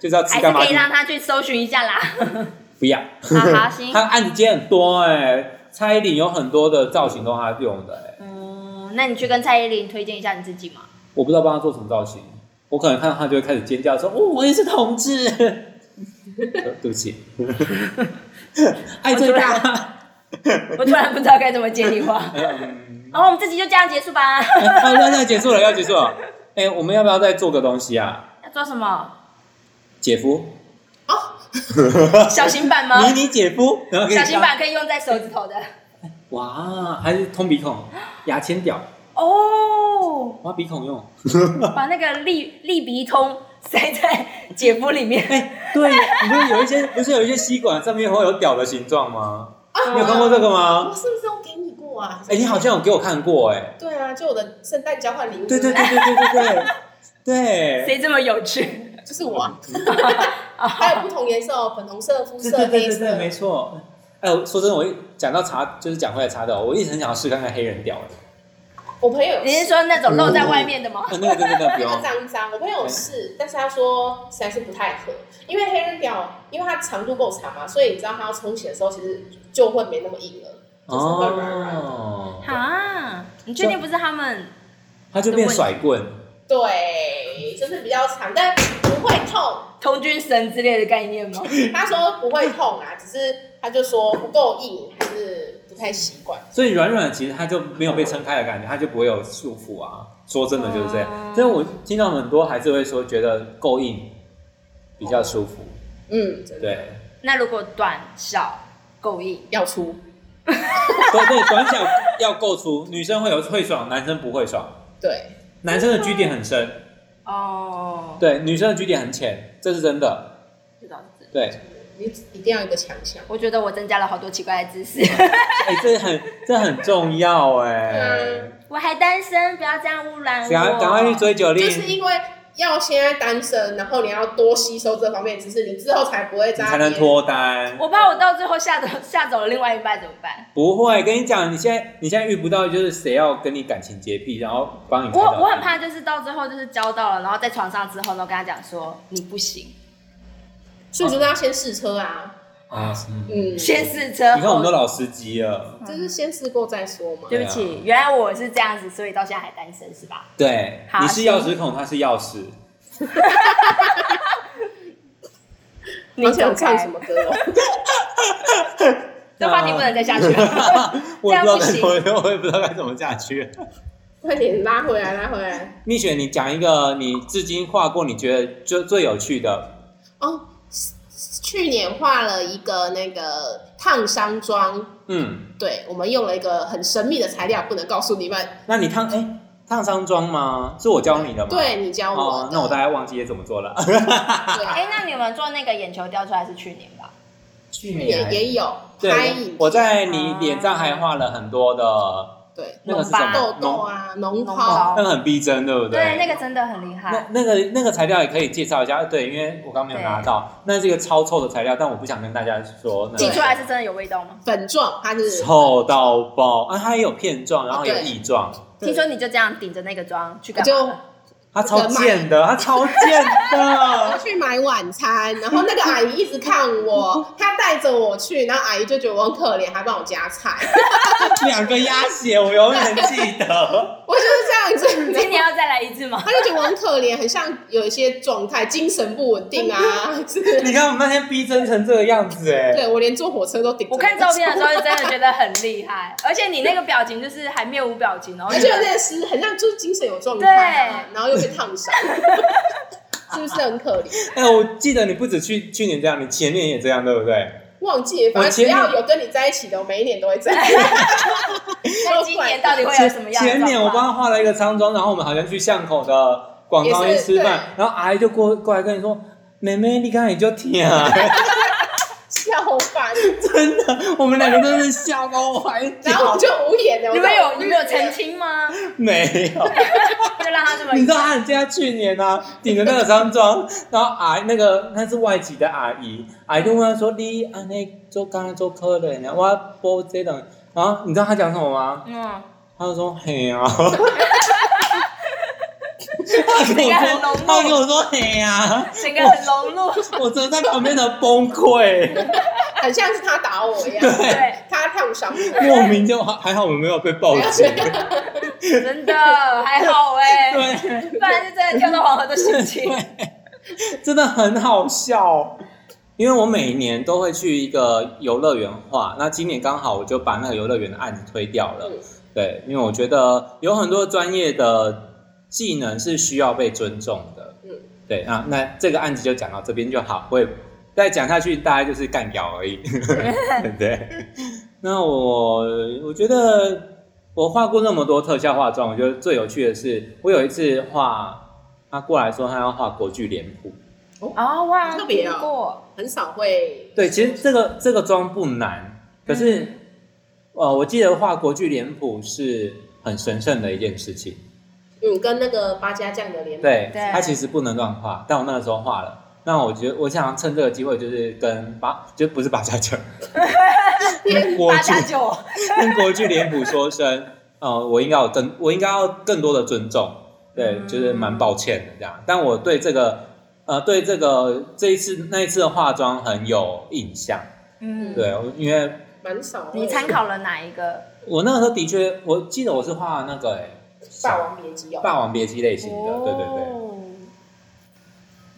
S1: 就是要吃
S5: 还
S1: 干
S5: 是
S1: 嘛
S5: 可以？让他去搜寻一下 啦。
S1: 不要，
S5: 好好，行
S1: 他。案子接很多哎、蔡依林有很多的造型都他用的哎、
S5: 嗯，那你去跟蔡依林推荐一下你自己嘛？
S1: 我不知道帮他做什么造型，我可能看到他就会开始尖叫说：“哦，我也是同志。 呃”对不起，爱最大。
S5: 我突然不知道该怎么接你话。哦
S1: 嗯
S5: 然后我们这集就这样结束吧。
S1: 好，哦那要结束了，要结束了。哎、我们要不要再做个东西啊？
S5: 要做什么？
S1: 姐夫，
S4: 哦
S5: 小型版吗？
S1: 迷你姐夫，然后给你
S5: 小型版可以用在手指头的。
S1: 哇，还是通鼻孔、 牙签屌，
S5: 哦，
S1: 挖鼻孔用。
S5: 把那个 利利鼻通塞在姐夫里面。
S1: 哎、对，你说有一些 不是有一些吸管上面会有屌的形状吗？
S4: 啊
S1: 你有看过这个吗？
S4: 我哦是不是有给你过啊？
S1: 哎、你好像有给我看过哎、
S4: 对啊，就我的圣诞交换礼物，
S1: 对对对对对对对 对，
S5: 谁这么有 趣？
S4: 就是我啊，还有不同颜色哦，粉红色、肤
S1: 对
S4: 色、
S1: 对对
S4: 黑
S1: 对对，
S4: 色
S1: 没，错。哎、我说真的，我一讲到茶，就是讲回来茶的，哦我一直很想要试看看黑人屌哎、
S4: 我朋友有
S5: 你是说那种露在外面的吗？
S1: 啊那个真的不
S4: 那
S1: 用
S4: 个，脏脏，我朋友是，但是他说实在是不太合，因为黑人屌，因为它长度够长嘛，所以你知道它要冲洗的时候，其实就会没那么硬了，就是会软软的。
S1: 哦，
S5: 啊，你确定不是他们？
S1: 它就变甩棍，
S4: 对，就是比较长，但不会痛。
S5: 童军绳之类的概 念吗？
S4: 他说不会痛啊，只是他就说不够硬，还是不太习惯。
S1: 所以软软的其实它就没有被撑开的感觉，它就不会有束缚啊。说真的就是这
S5: 啊
S1: 样，所以我听到很多孩子会说觉得够硬比较舒服，
S4: 嗯，真的
S1: 对。
S5: 那如果短小够硬，
S4: 要出。
S1: 对对，短小要够粗，女生会有会爽，男生不会爽。
S4: 对，
S1: 男生的居点很深，
S5: 哦，
S1: 对，女生的居点很浅，这是真的。
S5: 知道是
S1: 对，
S4: 你一定要一个强项。
S5: 我觉得我增加了好多奇怪的知识。
S1: 哎、这很这很重要哎、
S4: 嗯
S5: 我还单身，不要这样污染我。
S1: 赶啊快赶快去追九令
S4: 就，是因为要现在单身，然后你要多吸收这方面知识，你之后才不会
S1: 你
S4: 渣。
S1: 才能。脱单。
S5: 我怕我到最后吓走吓走了另外一半怎么办？
S1: 不会，跟你讲，你现在你现在遇不到，就是谁要跟你感情洁癖，然后帮你开
S5: 我
S1: 导。
S5: 我很怕就是到最后就是交到了，然后在床上之后呢，跟他讲说你不行，
S4: 所以就是要先试车啊，
S1: 啊、嗯
S4: 嗯，
S5: 先试车。
S1: 你看我们都
S5: 后
S1: 老司机啊了，
S4: 就是先试过再说嘛。
S5: 对不
S1: 啊
S5: 起，原来我是这样子，所以到现在还单身是吧？
S1: 对，
S5: 好
S1: 你是钥匙孔，他是钥匙。
S4: 好想
S5: 走开
S4: 啊唱什么歌哦？
S5: 这话题不能再下去了。
S1: 啊 我也不知道该
S5: 这
S1: 怎
S5: 样不
S1: 么，我也不知道该怎么下去。
S4: 快点拉回来，拉回来。
S1: 蜜雪，你讲一个你至今画过你觉得最最有趣的，
S4: 哦，去年画了一个那个烫伤妆，
S1: 嗯，
S4: 对我们用了一个很神秘的材料，不能告诉你们。
S1: 那你烫哎、烫伤妆吗？是我教你的吗？，
S4: 对你教我
S1: 哦
S4: 的，，
S1: 那我大啊概忘记怎么做了。
S4: 对
S5: 哎、那你们做那个眼球雕出来是去年吧？
S1: 去
S4: 也也有拍
S1: 对
S4: 影，，啊
S1: 我在你脸上还画了很多的
S4: 对
S1: 那个是什么？
S4: 痘痘
S1: 脓
S4: 啊，脓
S5: 脓
S4: 泡
S5: 包，
S1: 那个很逼真，对不
S5: 对，那
S1: 对？
S5: 个真的很厉害。
S1: 那那个那个材料也可以介绍一下，呃对，因为我刚没有拿到，那是一个超臭的材料，但我不想跟大家说，那
S5: 挤
S1: 个
S4: 对
S5: 出来是真的有味道吗？
S4: 粉状，它是
S1: 臭到爆啊！它也有片状，然后
S5: 哦
S1: 有翼状，
S5: 听说你就这样顶着那个妆去
S4: 我
S5: 干嘛？
S4: 就
S1: 它超贱的，它超贱
S4: 我要
S1: 的。
S4: 去买晚餐，然后那个阿姨一直看我，她带着我去，然后阿姨就觉得我很可怜，还帮我夹菜，
S1: 两个鸭血，我永远记得。
S4: 我就是这样
S5: 今
S4: 子。
S5: 年要再来一次吗？
S4: 她就觉得我很可怜，很像有一些状态，精神不稳定啊，是
S1: 你看我们那天逼真成这个样子，哎，
S4: 对我连坐火车都顶着。
S5: 我看照片的时候，真的觉得很厉害，而且你那个表情就是还面无表情，然后
S4: 而
S5: 就
S4: 且有点湿，很像就是精神有状态、啊，然后又被烫伤，是不是很可怜？
S1: 哎，我记得你不止去去年这样，你前年也这样，对不对？
S4: 忘记，反
S1: 我
S4: 正只
S1: 前面
S4: 要有跟你在一起的，我每一年都会在一起。
S5: 那今年到底会
S4: 啊
S5: 有什么样的
S1: 前
S5: 状况？
S1: 年我帮他画了一个苍妆，然后我们好像去巷口的广告
S4: 也
S1: 店
S4: 是
S1: 吃饭，然后阿姨就过过来跟你说：“妹妹，你刚才就听 啊，
S4: 笑翻，
S1: 真的，我们两个真的是笑到歪
S4: 然
S1: 掉
S4: 后我。就无言了。
S5: 你们有
S4: 我就
S5: 你们有澄清 吗？”
S1: 没有，
S5: 就让他这么
S1: 你知道他人家去年啊，顶着那个苍妆， 然后阿姨那个那是外籍的阿姨，阿姨就问他说：“你安尼做刚才做客人呢？我播这种。”然后你知道他讲什么吗？
S5: 嗯，
S1: 他就说嘿啊，他跟
S5: 应
S1: 我
S5: 该很
S1: 说
S5: 浓，
S1: 他跟我说嘿啊，
S5: 整个很融入，
S1: 我真的在旁边的崩溃，
S4: 很像是他打我一样，
S1: 对，
S5: 对，
S4: 他烫伤我。
S1: 莫名就还好我们没有被报警，
S5: 真的还好 哎、
S1: 对，
S5: 不然就真的跳到黄河的心 情。
S1: 真的很好笑。因为我每年都会去一个游乐园画，那今年刚好我就把那个游乐园的案子推掉了。
S4: 嗯
S1: 对，因为我觉得有很多专业的技能是需要被尊重的。嗯
S4: 嗯，
S1: 对啊，那这个案子就讲到这边就好，会再讲下去大概就是干掉而已。 对，那我我觉得我画过那么多特效化妆，我觉得最有趣的是，我有一次画他过来说他要画国剧脸谱。
S5: 哦，哇，
S4: 特别哦
S5: 过，
S4: 很少会
S1: 对，其实这个这个妆不难，可是、
S5: 嗯
S1: 呃，我记得画国剧脸谱是很神圣的一件事情。
S4: 嗯跟那个八家将的联名
S1: 对，
S5: 对
S1: 他其实不能乱画，但我那个时候画了。那我觉得我想趁这个机会，就是跟八，就不是八家 将，跟国
S5: 八
S1: 剧
S5: 加九，
S1: 跟国剧脸谱说声，呃，我应该有更，我应该要更多的尊重。对，就是蛮抱歉的这样，但我对这个，呃，对这个这一次那一次的化妆很有印象。
S5: 嗯，
S1: 对，我因为
S4: 蛮少会。
S5: 你参考了哪一个？
S1: 我那个时候的确，我记得我是画那个、欸
S4: 《霸王哦别姬》哦，
S1: 霸王别姬》类型的，对对对，
S5: 对，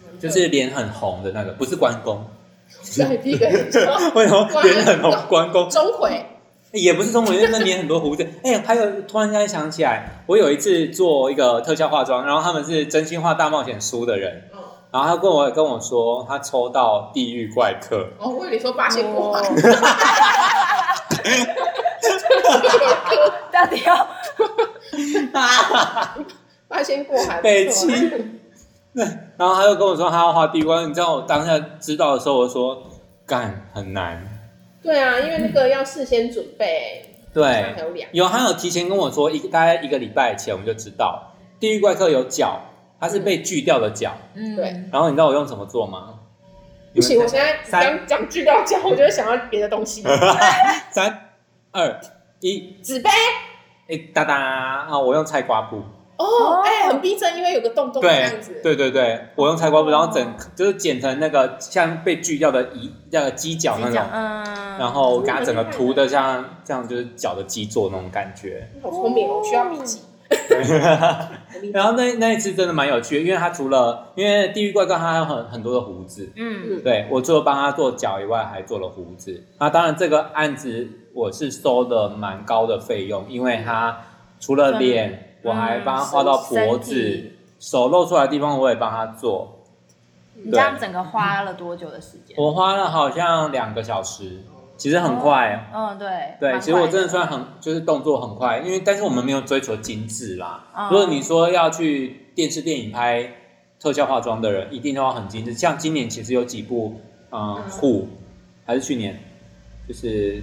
S4: 嗯
S1: 就是脸很红的那个，不是关 公，
S4: 对，第一个很重
S1: 为什么脸很红？关公
S4: 钟馗，
S1: 也不是中国人，那年很多胡 子。哎、还有突然间想起来，我有一次做一个特效化妆，然后他们是真心话大冒险输的人，
S4: 嗯
S1: 然后他跟我跟我说，他抽到地狱怪 客，
S4: 哦，我以为你说八仙过海，
S5: 到底要
S4: 八仙过海，
S1: 北
S4: 不错
S1: 七。对，然后他就跟我说他要画地狱怪客，你知道我当下知道的时候，我说干很难，
S4: 对啊，因为那个要事先准备，
S1: 对
S4: 还。有两，
S1: 有，他有提前跟我说，一个大概一个礼拜前我们就知道，地狱怪客有脚，它是被锯掉的脚。
S5: 嗯
S4: 对
S1: 然后你知道我用什么做吗？
S4: 不行，我现在
S1: 三
S4: 刚讲剧料讲，我就会想到别的 东西，
S1: 三二一，
S4: 纸杯
S1: 哎哒哒啊！我用菜瓜布，
S4: 哦
S5: 哦，
S4: 哎，很逼真，因为有个洞洞这
S1: 对
S4: 样子，哦
S1: 对对对，我用菜瓜布，然后整就是剪成那个像被锯掉的一那个鸡脚那
S5: 这
S1: 种
S5: 样，，嗯，
S1: 然后给它整个
S4: 嗯
S1: 涂的像这样就是脚的基座那种感觉。
S4: 好聪明哦，我需要笔 记，
S1: 然后那那一次真的蛮有趣的，因为它除了因为地狱怪客它还有很很多的胡子，
S5: 嗯
S1: 对我除了帮他做脚以外，还做了胡子。那当然，这个案子我是收的蛮高的费用，因为他除了脸，我还帮他画到脖
S5: 嗯身
S1: 子
S5: 体，
S1: 手露出来的地方我也帮他做。
S5: 你这样整个花了多久的时间？
S1: 我花了好像两个小时，其实很快。哦
S5: 嗯，对，
S1: 对，
S5: 蛮
S1: 其实我
S5: 快
S1: 真的算很，就是动作很快，因为但是我们没有追求精致啦。
S5: 嗯
S1: 如果你说要去电视电影拍特效化妆的人，一定都要很精致。像今年其实有几部，嗯，虎还是去年，就是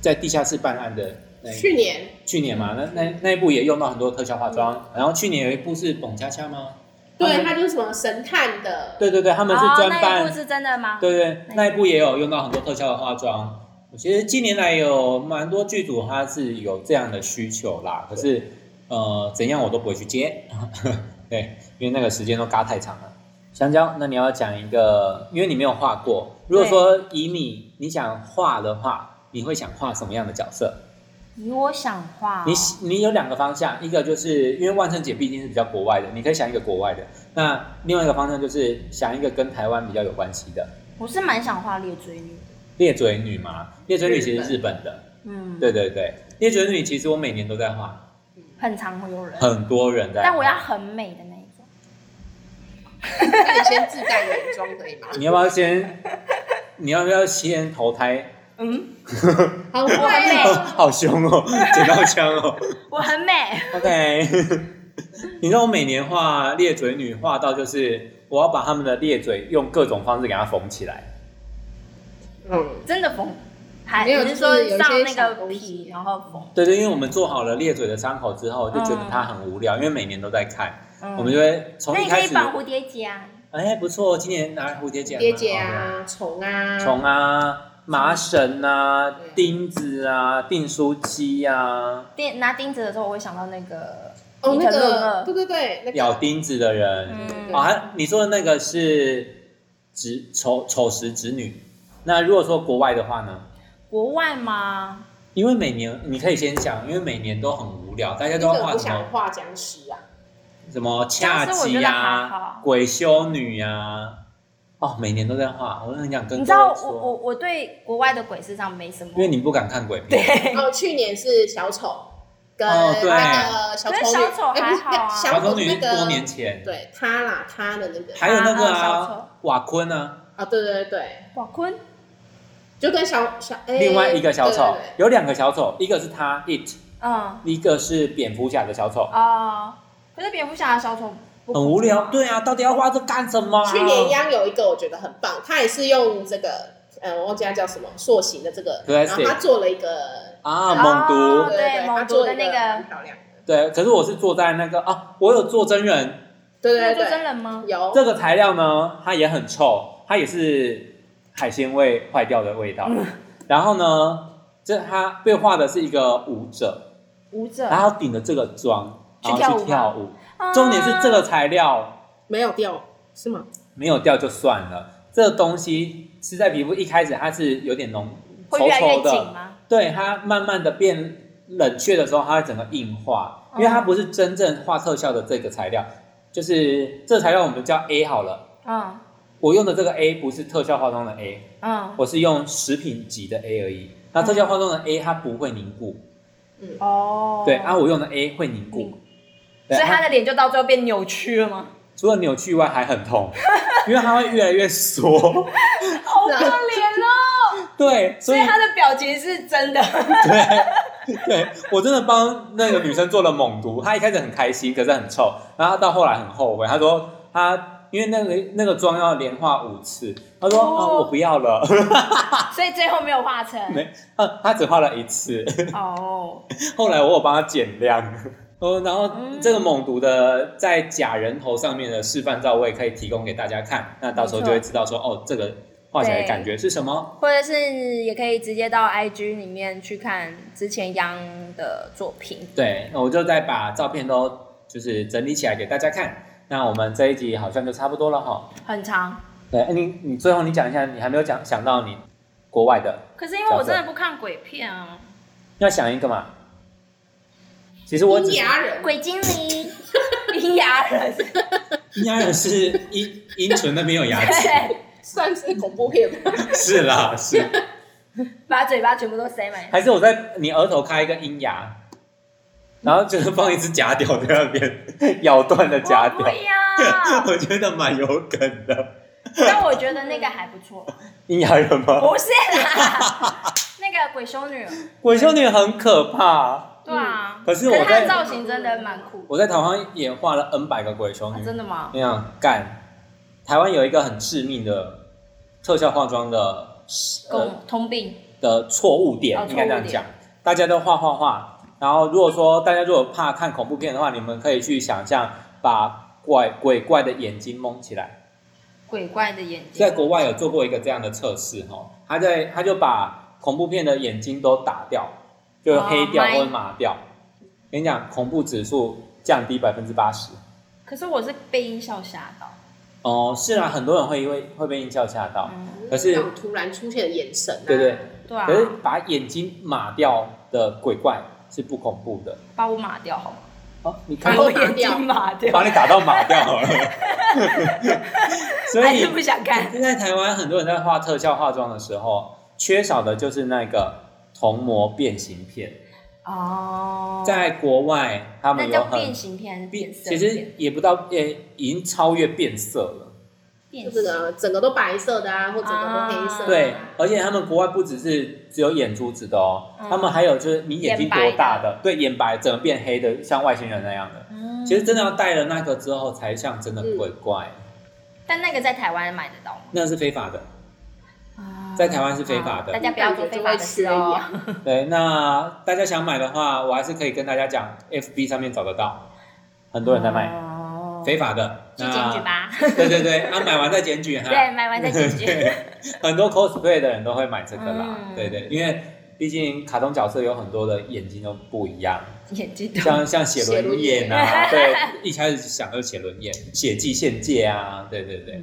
S1: 在地下室办案的那一
S4: 去年
S1: 去年嘛，那那那一部也用到很多特效化
S5: 嗯
S1: 妆。然后去年有一部是董恰恰吗？嗯
S4: 对，它就是什么神探的，
S1: 对对对，他们是
S5: 哦
S1: 专
S5: 那一
S1: 办
S5: 部是真的吗？
S1: 对对，那
S5: 那
S1: 一
S5: 一
S1: 部也有用到很多特效的化妆。其实近年来有蛮多剧组它是有这样的需求啦，可是呃怎样我都不会去接， 对，因为那个时间都嘎太长了。香蕉，那你要讲一个，因为你没有画过，如果说以你你想画的话，你会想画什么样的角色？
S5: 以我想画哦，
S1: 你喜你有两个方向，一个就是因为万圣节毕竟是比较国外的，你可以想一个国外的；那另外一个方向就是想一个跟台湾比较有关系的。
S5: 我是蛮想画猎追女，
S1: 猎嘴女嘛，猎嘴女其实是日本的，
S5: 嗯，
S1: 对，对对，猎嘴女其实我每年都在画，
S5: 很常会有人，
S1: 很啊多人在画。
S5: 但我要很美的那一种，
S4: 那你先自带原装可以吗？
S1: 你要不要 先？你要不要先投胎？
S5: 嗯，
S4: 好
S5: 我很
S4: 会
S5: 美
S1: 哦
S4: 哦，
S1: 好凶哦，剪刀枪 哦。
S5: 我很美，
S1: OK，你知道我每年画猎嘴女，画到就是我要把他们的猎嘴用各种方式给它缝起来。
S4: 嗯，
S5: 真的缝，还
S4: 没有
S5: 你是说
S4: 就是有一些
S5: 上那
S4: 小
S5: 个
S4: 东
S5: 皮
S4: 西
S5: 然后缝，
S1: 对对，因为我们做好了猎嘴的伤口之后，就觉得它很无聊，因为每年都在看，
S5: 嗯
S1: 我们就会从
S5: 那
S1: 一
S5: 你可
S1: 开
S5: 以
S1: 始，
S5: 绑蝴蝶结啊，
S1: 哎，不错，今年拿蝴蝶结，哦
S4: 蝶结
S1: 蛮好的
S4: 啊，虫啊，
S1: 虫
S5: 嗯
S1: 啊、麻绳啊
S4: 对、
S1: 钉子啊、订书机啊，
S5: 钉拿钉子的时候，我会想到那个
S4: 哦，
S5: 你
S4: 那
S5: 可乐
S4: 个，
S5: 乐
S4: 对对对，那
S1: 咬
S4: 个
S1: 钉子的人。
S5: 嗯
S1: 啊，还你说的那个是指丑丑时子女。那如果说国外的话呢？
S5: 国外吗？
S1: 因为每年你可以先讲，因为每年都很无聊，大家
S4: 你
S1: 都要
S4: 可能
S1: 画
S4: 不
S1: 什么
S4: 想画僵尸啊？
S1: 什么恰
S5: 僵尸我
S1: 吉
S5: 觉得还
S1: 啊
S5: 好、
S1: 鬼修女啊，哦，每年都在画，我很想跟
S5: 你知
S1: 各位
S5: 道我我
S1: 说，
S5: 我对国外的鬼市场没什么
S1: 因，为你不敢看鬼片，
S5: 对，
S4: 哦，去年是小丑跟
S1: 哦对
S4: 那个小丑
S5: 可是小丑
S4: 哎不是
S5: 还好啊
S1: 小
S4: 小
S1: 丑
S4: 丑
S1: 女
S4: 那
S1: 是
S4: 个
S1: 多年前，
S4: 对他啦，他的那个
S1: 还有那个
S5: 啊啊小丑
S1: 啊瓦昆啊，
S4: 啊，对对对，
S5: 瓦昆
S4: 就跟小小哎
S1: 另外一个小丑
S4: 对对对
S1: 有两个小丑，一个是他 it，
S5: 嗯
S1: 一个是蝙蝠侠的小丑，
S5: 哦，可是蝙蝠侠的小丑不
S1: 很无聊。
S5: 恐怖吗
S1: 对啊，到底要画这干什么啊？
S4: 去年央有一个我觉得很棒，他也是用这个呃，我忘记他叫什么塑形的这个，然后
S1: Plastic
S4: 他做了一个，
S1: 啊，
S5: 哦
S1: 猛
S5: 哦
S1: 毒。
S4: 对
S5: 对
S4: 对，
S5: 猛
S4: 他
S5: 毒
S4: 做了一
S5: 的那个
S4: 很漂亮的，
S1: 对，可是我是坐在那个啊，我有做真人，
S4: 对
S5: 那
S4: 对
S5: 是真
S4: 对，
S5: 人吗？
S4: 有
S1: 这个材料呢，它也很臭，它也是海鲜味坏掉的味道。然后呢，这它被画的是一个舞者，
S5: 舞者，
S1: 然后顶着这个妆，
S5: 去
S1: 然后去
S5: 跳
S1: 跳舞。
S5: 啊
S1: 啊重点是这个材料
S4: 没有掉是吗？
S1: 没有掉就算了，这个东西吃在皮肤一开始它是有点浓，
S5: 会
S1: 稠
S5: 越来越
S1: 稠的，
S5: 紧吗？
S1: 对它慢慢的变冷却的时候，它会整个硬化，
S5: 哦
S1: 因为它不是真正画特效的这个材料，就是这个材料我们叫 A 好了。
S5: 嗯
S1: 我用的这个 A 不是特效化妆的 A，
S5: 嗯
S1: 我是用食品级的 A 而已。那特效化妆的 A 它不会凝固，
S5: 哦，
S1: 对，啊，我用的 A 会凝
S5: 凝
S1: 固
S5: 固，
S1: 对
S5: 所以他
S1: 它
S5: 的脸就到最后变扭曲 了吗？
S1: 除了扭曲以外还很 痛，因为它会越来越缩。
S5: 好可怜哦！
S1: 对，所
S5: 所
S1: 以
S5: 以他的表情是 真的，
S1: 对，对我真的帮那个女生做了猛毒，她一开始很开心，可是很臭，然后她到后来很后悔，她说她因为那个那个妆要连画五次，她说、
S5: 哦
S1: 啊我不要了，
S5: 所以最后没有画成。
S1: 没，啊她只画了一次，
S5: 哦，
S1: 后来我有帮她减量。哦，然后这个猛毒的在假人头上面的示范照，我也可以提供给大家看，那到时候就会知道说，哦，这个画起来的感觉是什么。
S5: 或者是也可以直接到 IG 里面去看之前央的作品。
S1: 对，那我就再把照片都就是整理起来给大家看。那我们这一集好像就差不多了哈。
S5: 很长。
S1: 对，哎你你最后你讲一下，你还没有讲想到你国外的，
S5: 可是因为我真的不看鬼片啊，
S1: 要想一个嘛。其实我只
S4: 冰牙人
S5: 鬼精 灵、冰牙人，
S1: 阴阳人是阴阴唇那边有牙齿，
S5: 对，
S4: 算是恐怖片吧，
S1: 是 啦是，
S5: 把嘴巴全部都塞满。
S1: 还是我在你额头开一个阴牙，然后就是放一只假屌在那边咬断的 假
S5: 我不
S1: 屌，
S5: 要。
S1: 我觉得蛮有梗的。
S5: 但我觉得那个还不 错，
S1: 阴阳人吗？
S5: 不是啦， 那个鬼修女，
S1: 鬼修女很可怕，
S5: 对啊，
S1: 嗯可是
S5: 可
S1: 我
S5: 是她的
S1: 在
S5: 造型真的蛮酷。
S1: 我在台湾也画了 N 百个鬼修
S5: 啊
S1: 女，
S5: 真的吗？
S1: 那样干。台湾有一个很致命的特效化妆的呃
S5: 共通病，
S1: 的错误点，
S5: 哦
S1: 应该这样
S5: 错误点
S1: 讲，大家都画画画。然后如果说大家如果怕看恐怖片的话，你们可以去想象把怪鬼怪的眼睛蒙起来。
S5: 鬼怪的眼睛。
S1: 在国外有做过一个这样的测试哦，他在他就把恐怖片的眼睛都打掉，就是黑掉
S5: 哦
S1: 或者麻掉。跟你讲，恐怖指数降低百分之八十。
S5: 可是我是被音效吓到。
S1: 哦，是啊，很多人会因为会被音效吓到。
S5: 嗯，
S1: 可是
S4: 那种突然出现的眼神啊，
S1: 对对，
S5: 对啊
S1: 可，是把眼睛码掉的鬼怪是不恐怖的。
S5: 把我码掉好吗？
S1: 哦，你看
S4: 把
S5: 把，
S4: 我
S5: 我
S4: 码
S5: 眼
S4: 掉
S5: 睛码掉，
S1: 把你打到码掉好 了。所
S5: 还哎是不
S1: 以
S5: 想看。
S1: 在台湾，很多人在画特效化妆的时候，缺少的就是那个童模变形片。
S5: 哦，
S1: 在国外，他
S5: 那
S1: 们有
S5: 叫
S1: 很
S5: 变形片还是
S1: 变，
S5: 变色
S1: 其
S5: 片？
S1: 实也不到，也已经超越变色了。
S5: 变
S4: 就是
S5: 形
S4: 呢，整个都白色的啊，或整个都
S5: 嗯
S4: 黑色的啊，
S1: 对，而且他们国外不只是只有眼珠子的哦，
S5: 嗯
S1: 他们还有就是你眼睛多大的，对，眼白整个变黑的，像外星人那样的。
S5: 嗯
S1: 其实真的要戴了那个之后，才像真的鬼怪，
S5: 但那个在台湾买得到吗？
S1: 那是非法的，在台湾是非法的
S5: 好啊大家不要做非法的事哦。
S1: 对，那大家想买的话，我还是可以跟大家讲，FB 上面找得到，很多人在卖，
S5: 哦
S1: 非法的。
S5: 去检举
S1: 那
S5: 吧。
S1: 对对对，啊，买完再检举哈。
S5: 对，买完再解 决。
S1: 很多 cosplay 的人都会买这个啦，
S5: 嗯
S1: 对对，因为毕竟卡通角色有很多的眼睛都不一样，
S5: 眼 睛都
S1: 像像写轮眼 啊，对，一开始想到写轮眼、血迹限界啊，对对对，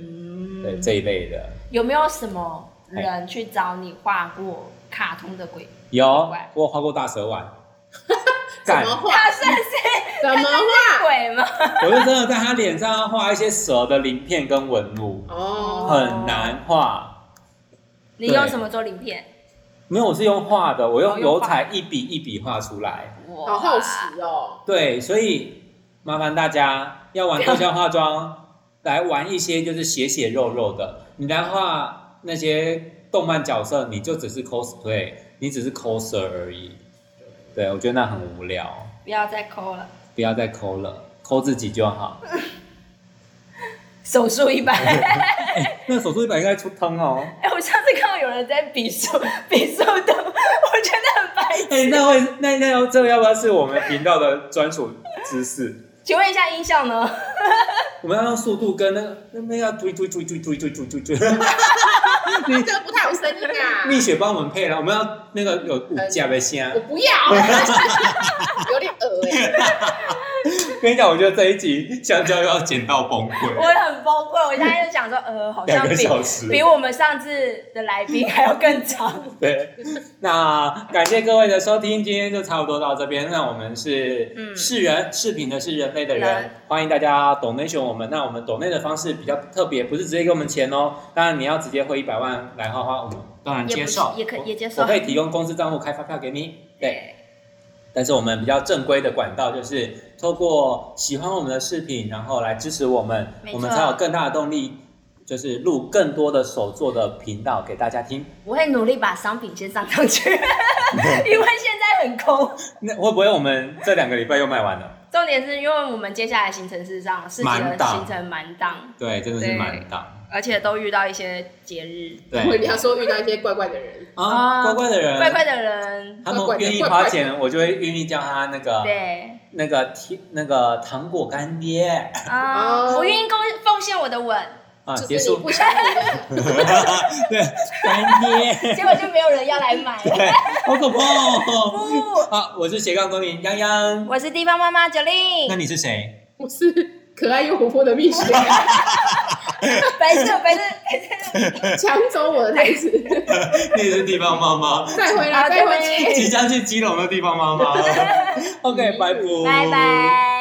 S1: 对这一类的
S5: 嗯有没有什么人去找你画过卡通的鬼？
S1: 有
S5: 怪，
S1: 我有画过大蛇丸，干
S4: 哦怎，么画？
S5: 他是是
S4: 怎么画？
S5: 鬼 吗？
S1: 我就真的在他脸上画一些蛇的鳞片跟纹路，
S4: 哦，
S1: 很难画。
S5: 你用什么做鳞片？
S1: 没有，我是用画的，我
S5: 哦
S1: 用
S5: 用
S1: 油
S5: 画
S1: 彩一笔一笔画出来。
S5: 哇
S4: 好好奇哦。
S1: 对，所以麻烦大家要玩特效化妆，来玩一些就是血血肉肉的。你来画那些动漫角色，你就只是 cosplay，你只是 coser 而已。对，我觉得那很无聊，
S5: 不要再抠了，
S1: 不要再抠了，抠自己就好。
S5: 手术一百。
S1: 那手术一百应该出汤哦。
S5: 哎、我上次看到有人在比速 比速度，我觉得很白痴。
S1: 哎、那会那那要这个要不要是我们频道的专属知识？
S5: 请问一下音效呢？
S1: 我们要用速度跟那个那那要追追追追追追追追追，
S4: 那这个不太有声音啊。
S1: 蜜雪帮我们配了，我们要那个有骨架的先
S4: 我。不要， 有点恶哎、
S1: 跟你讲，我觉得这一集香蕉又要剪到崩
S5: 我
S1: 溃，
S5: 也很崩溃。我现在就想说，呃，好像
S1: 两个
S5: 比
S1: 小时。
S5: 比我们上次的来宾还要更长。
S1: 对，那感谢各位的收听，今天就差不多到这边。那我们是
S5: 嗯
S1: 是人，视频的是人类的人
S5: 人，
S1: 欢迎大家 donation 我们。那我们 donate 的方式比较特别，不是直接给我们钱哦，当然你要直接汇一百万来花花，我们当然
S5: 也 不
S1: 接受，
S5: 是也可
S1: 我
S5: 也接受
S1: 我可以提供公司账户开发票给你，对。，但是我们比较正规的管道就是透过喜欢我们的视频，然后来支持我们
S5: 没，错
S1: 我们才有更大的动力，就是录更多的手做的频道给大家听。
S5: 我会努力把商品先上上去，因为现在很空。
S1: 那会不会我们这两个礼拜又卖完了？
S5: 重点是因为我们接下来行程是这样，市集
S1: 满
S5: 的
S1: 档
S5: 行程满档，
S1: 对，真的是满档。
S5: 而且都遇到一些节日，
S1: 对
S4: 我一定要说遇到一些怪怪的人，
S1: 啊，乖乖的人，
S5: 怪怪的人，
S1: 他们愿意花钱，我就会愿意叫他那个
S5: 对
S1: 那个甜那个糖果干爹
S5: 啊，
S4: 哦
S5: 我愿意贡奉献我的吻，
S1: 啊，
S4: 就
S1: 结
S4: 是你
S1: 束
S4: 不想理的，
S1: 对干爹，
S5: 结果就没有人要来买。
S1: 对，好可怕哦！
S5: 不，
S1: 好，我是斜杠公民泱泱，
S5: 我是地方妈妈 j o l
S1: 那
S5: i
S1: 你是谁？
S4: 我是可爱又活泼的蜜雪，
S5: 白色白色白色，
S4: 抢走我的 台词，
S1: 你是地方妈妈，
S4: 再回
S5: 好
S4: 来，再
S5: 对
S4: 回
S5: 不
S4: 去
S5: 起。
S1: 即将去基隆的地方妈妈。OK，拜拜，
S5: 拜。拜。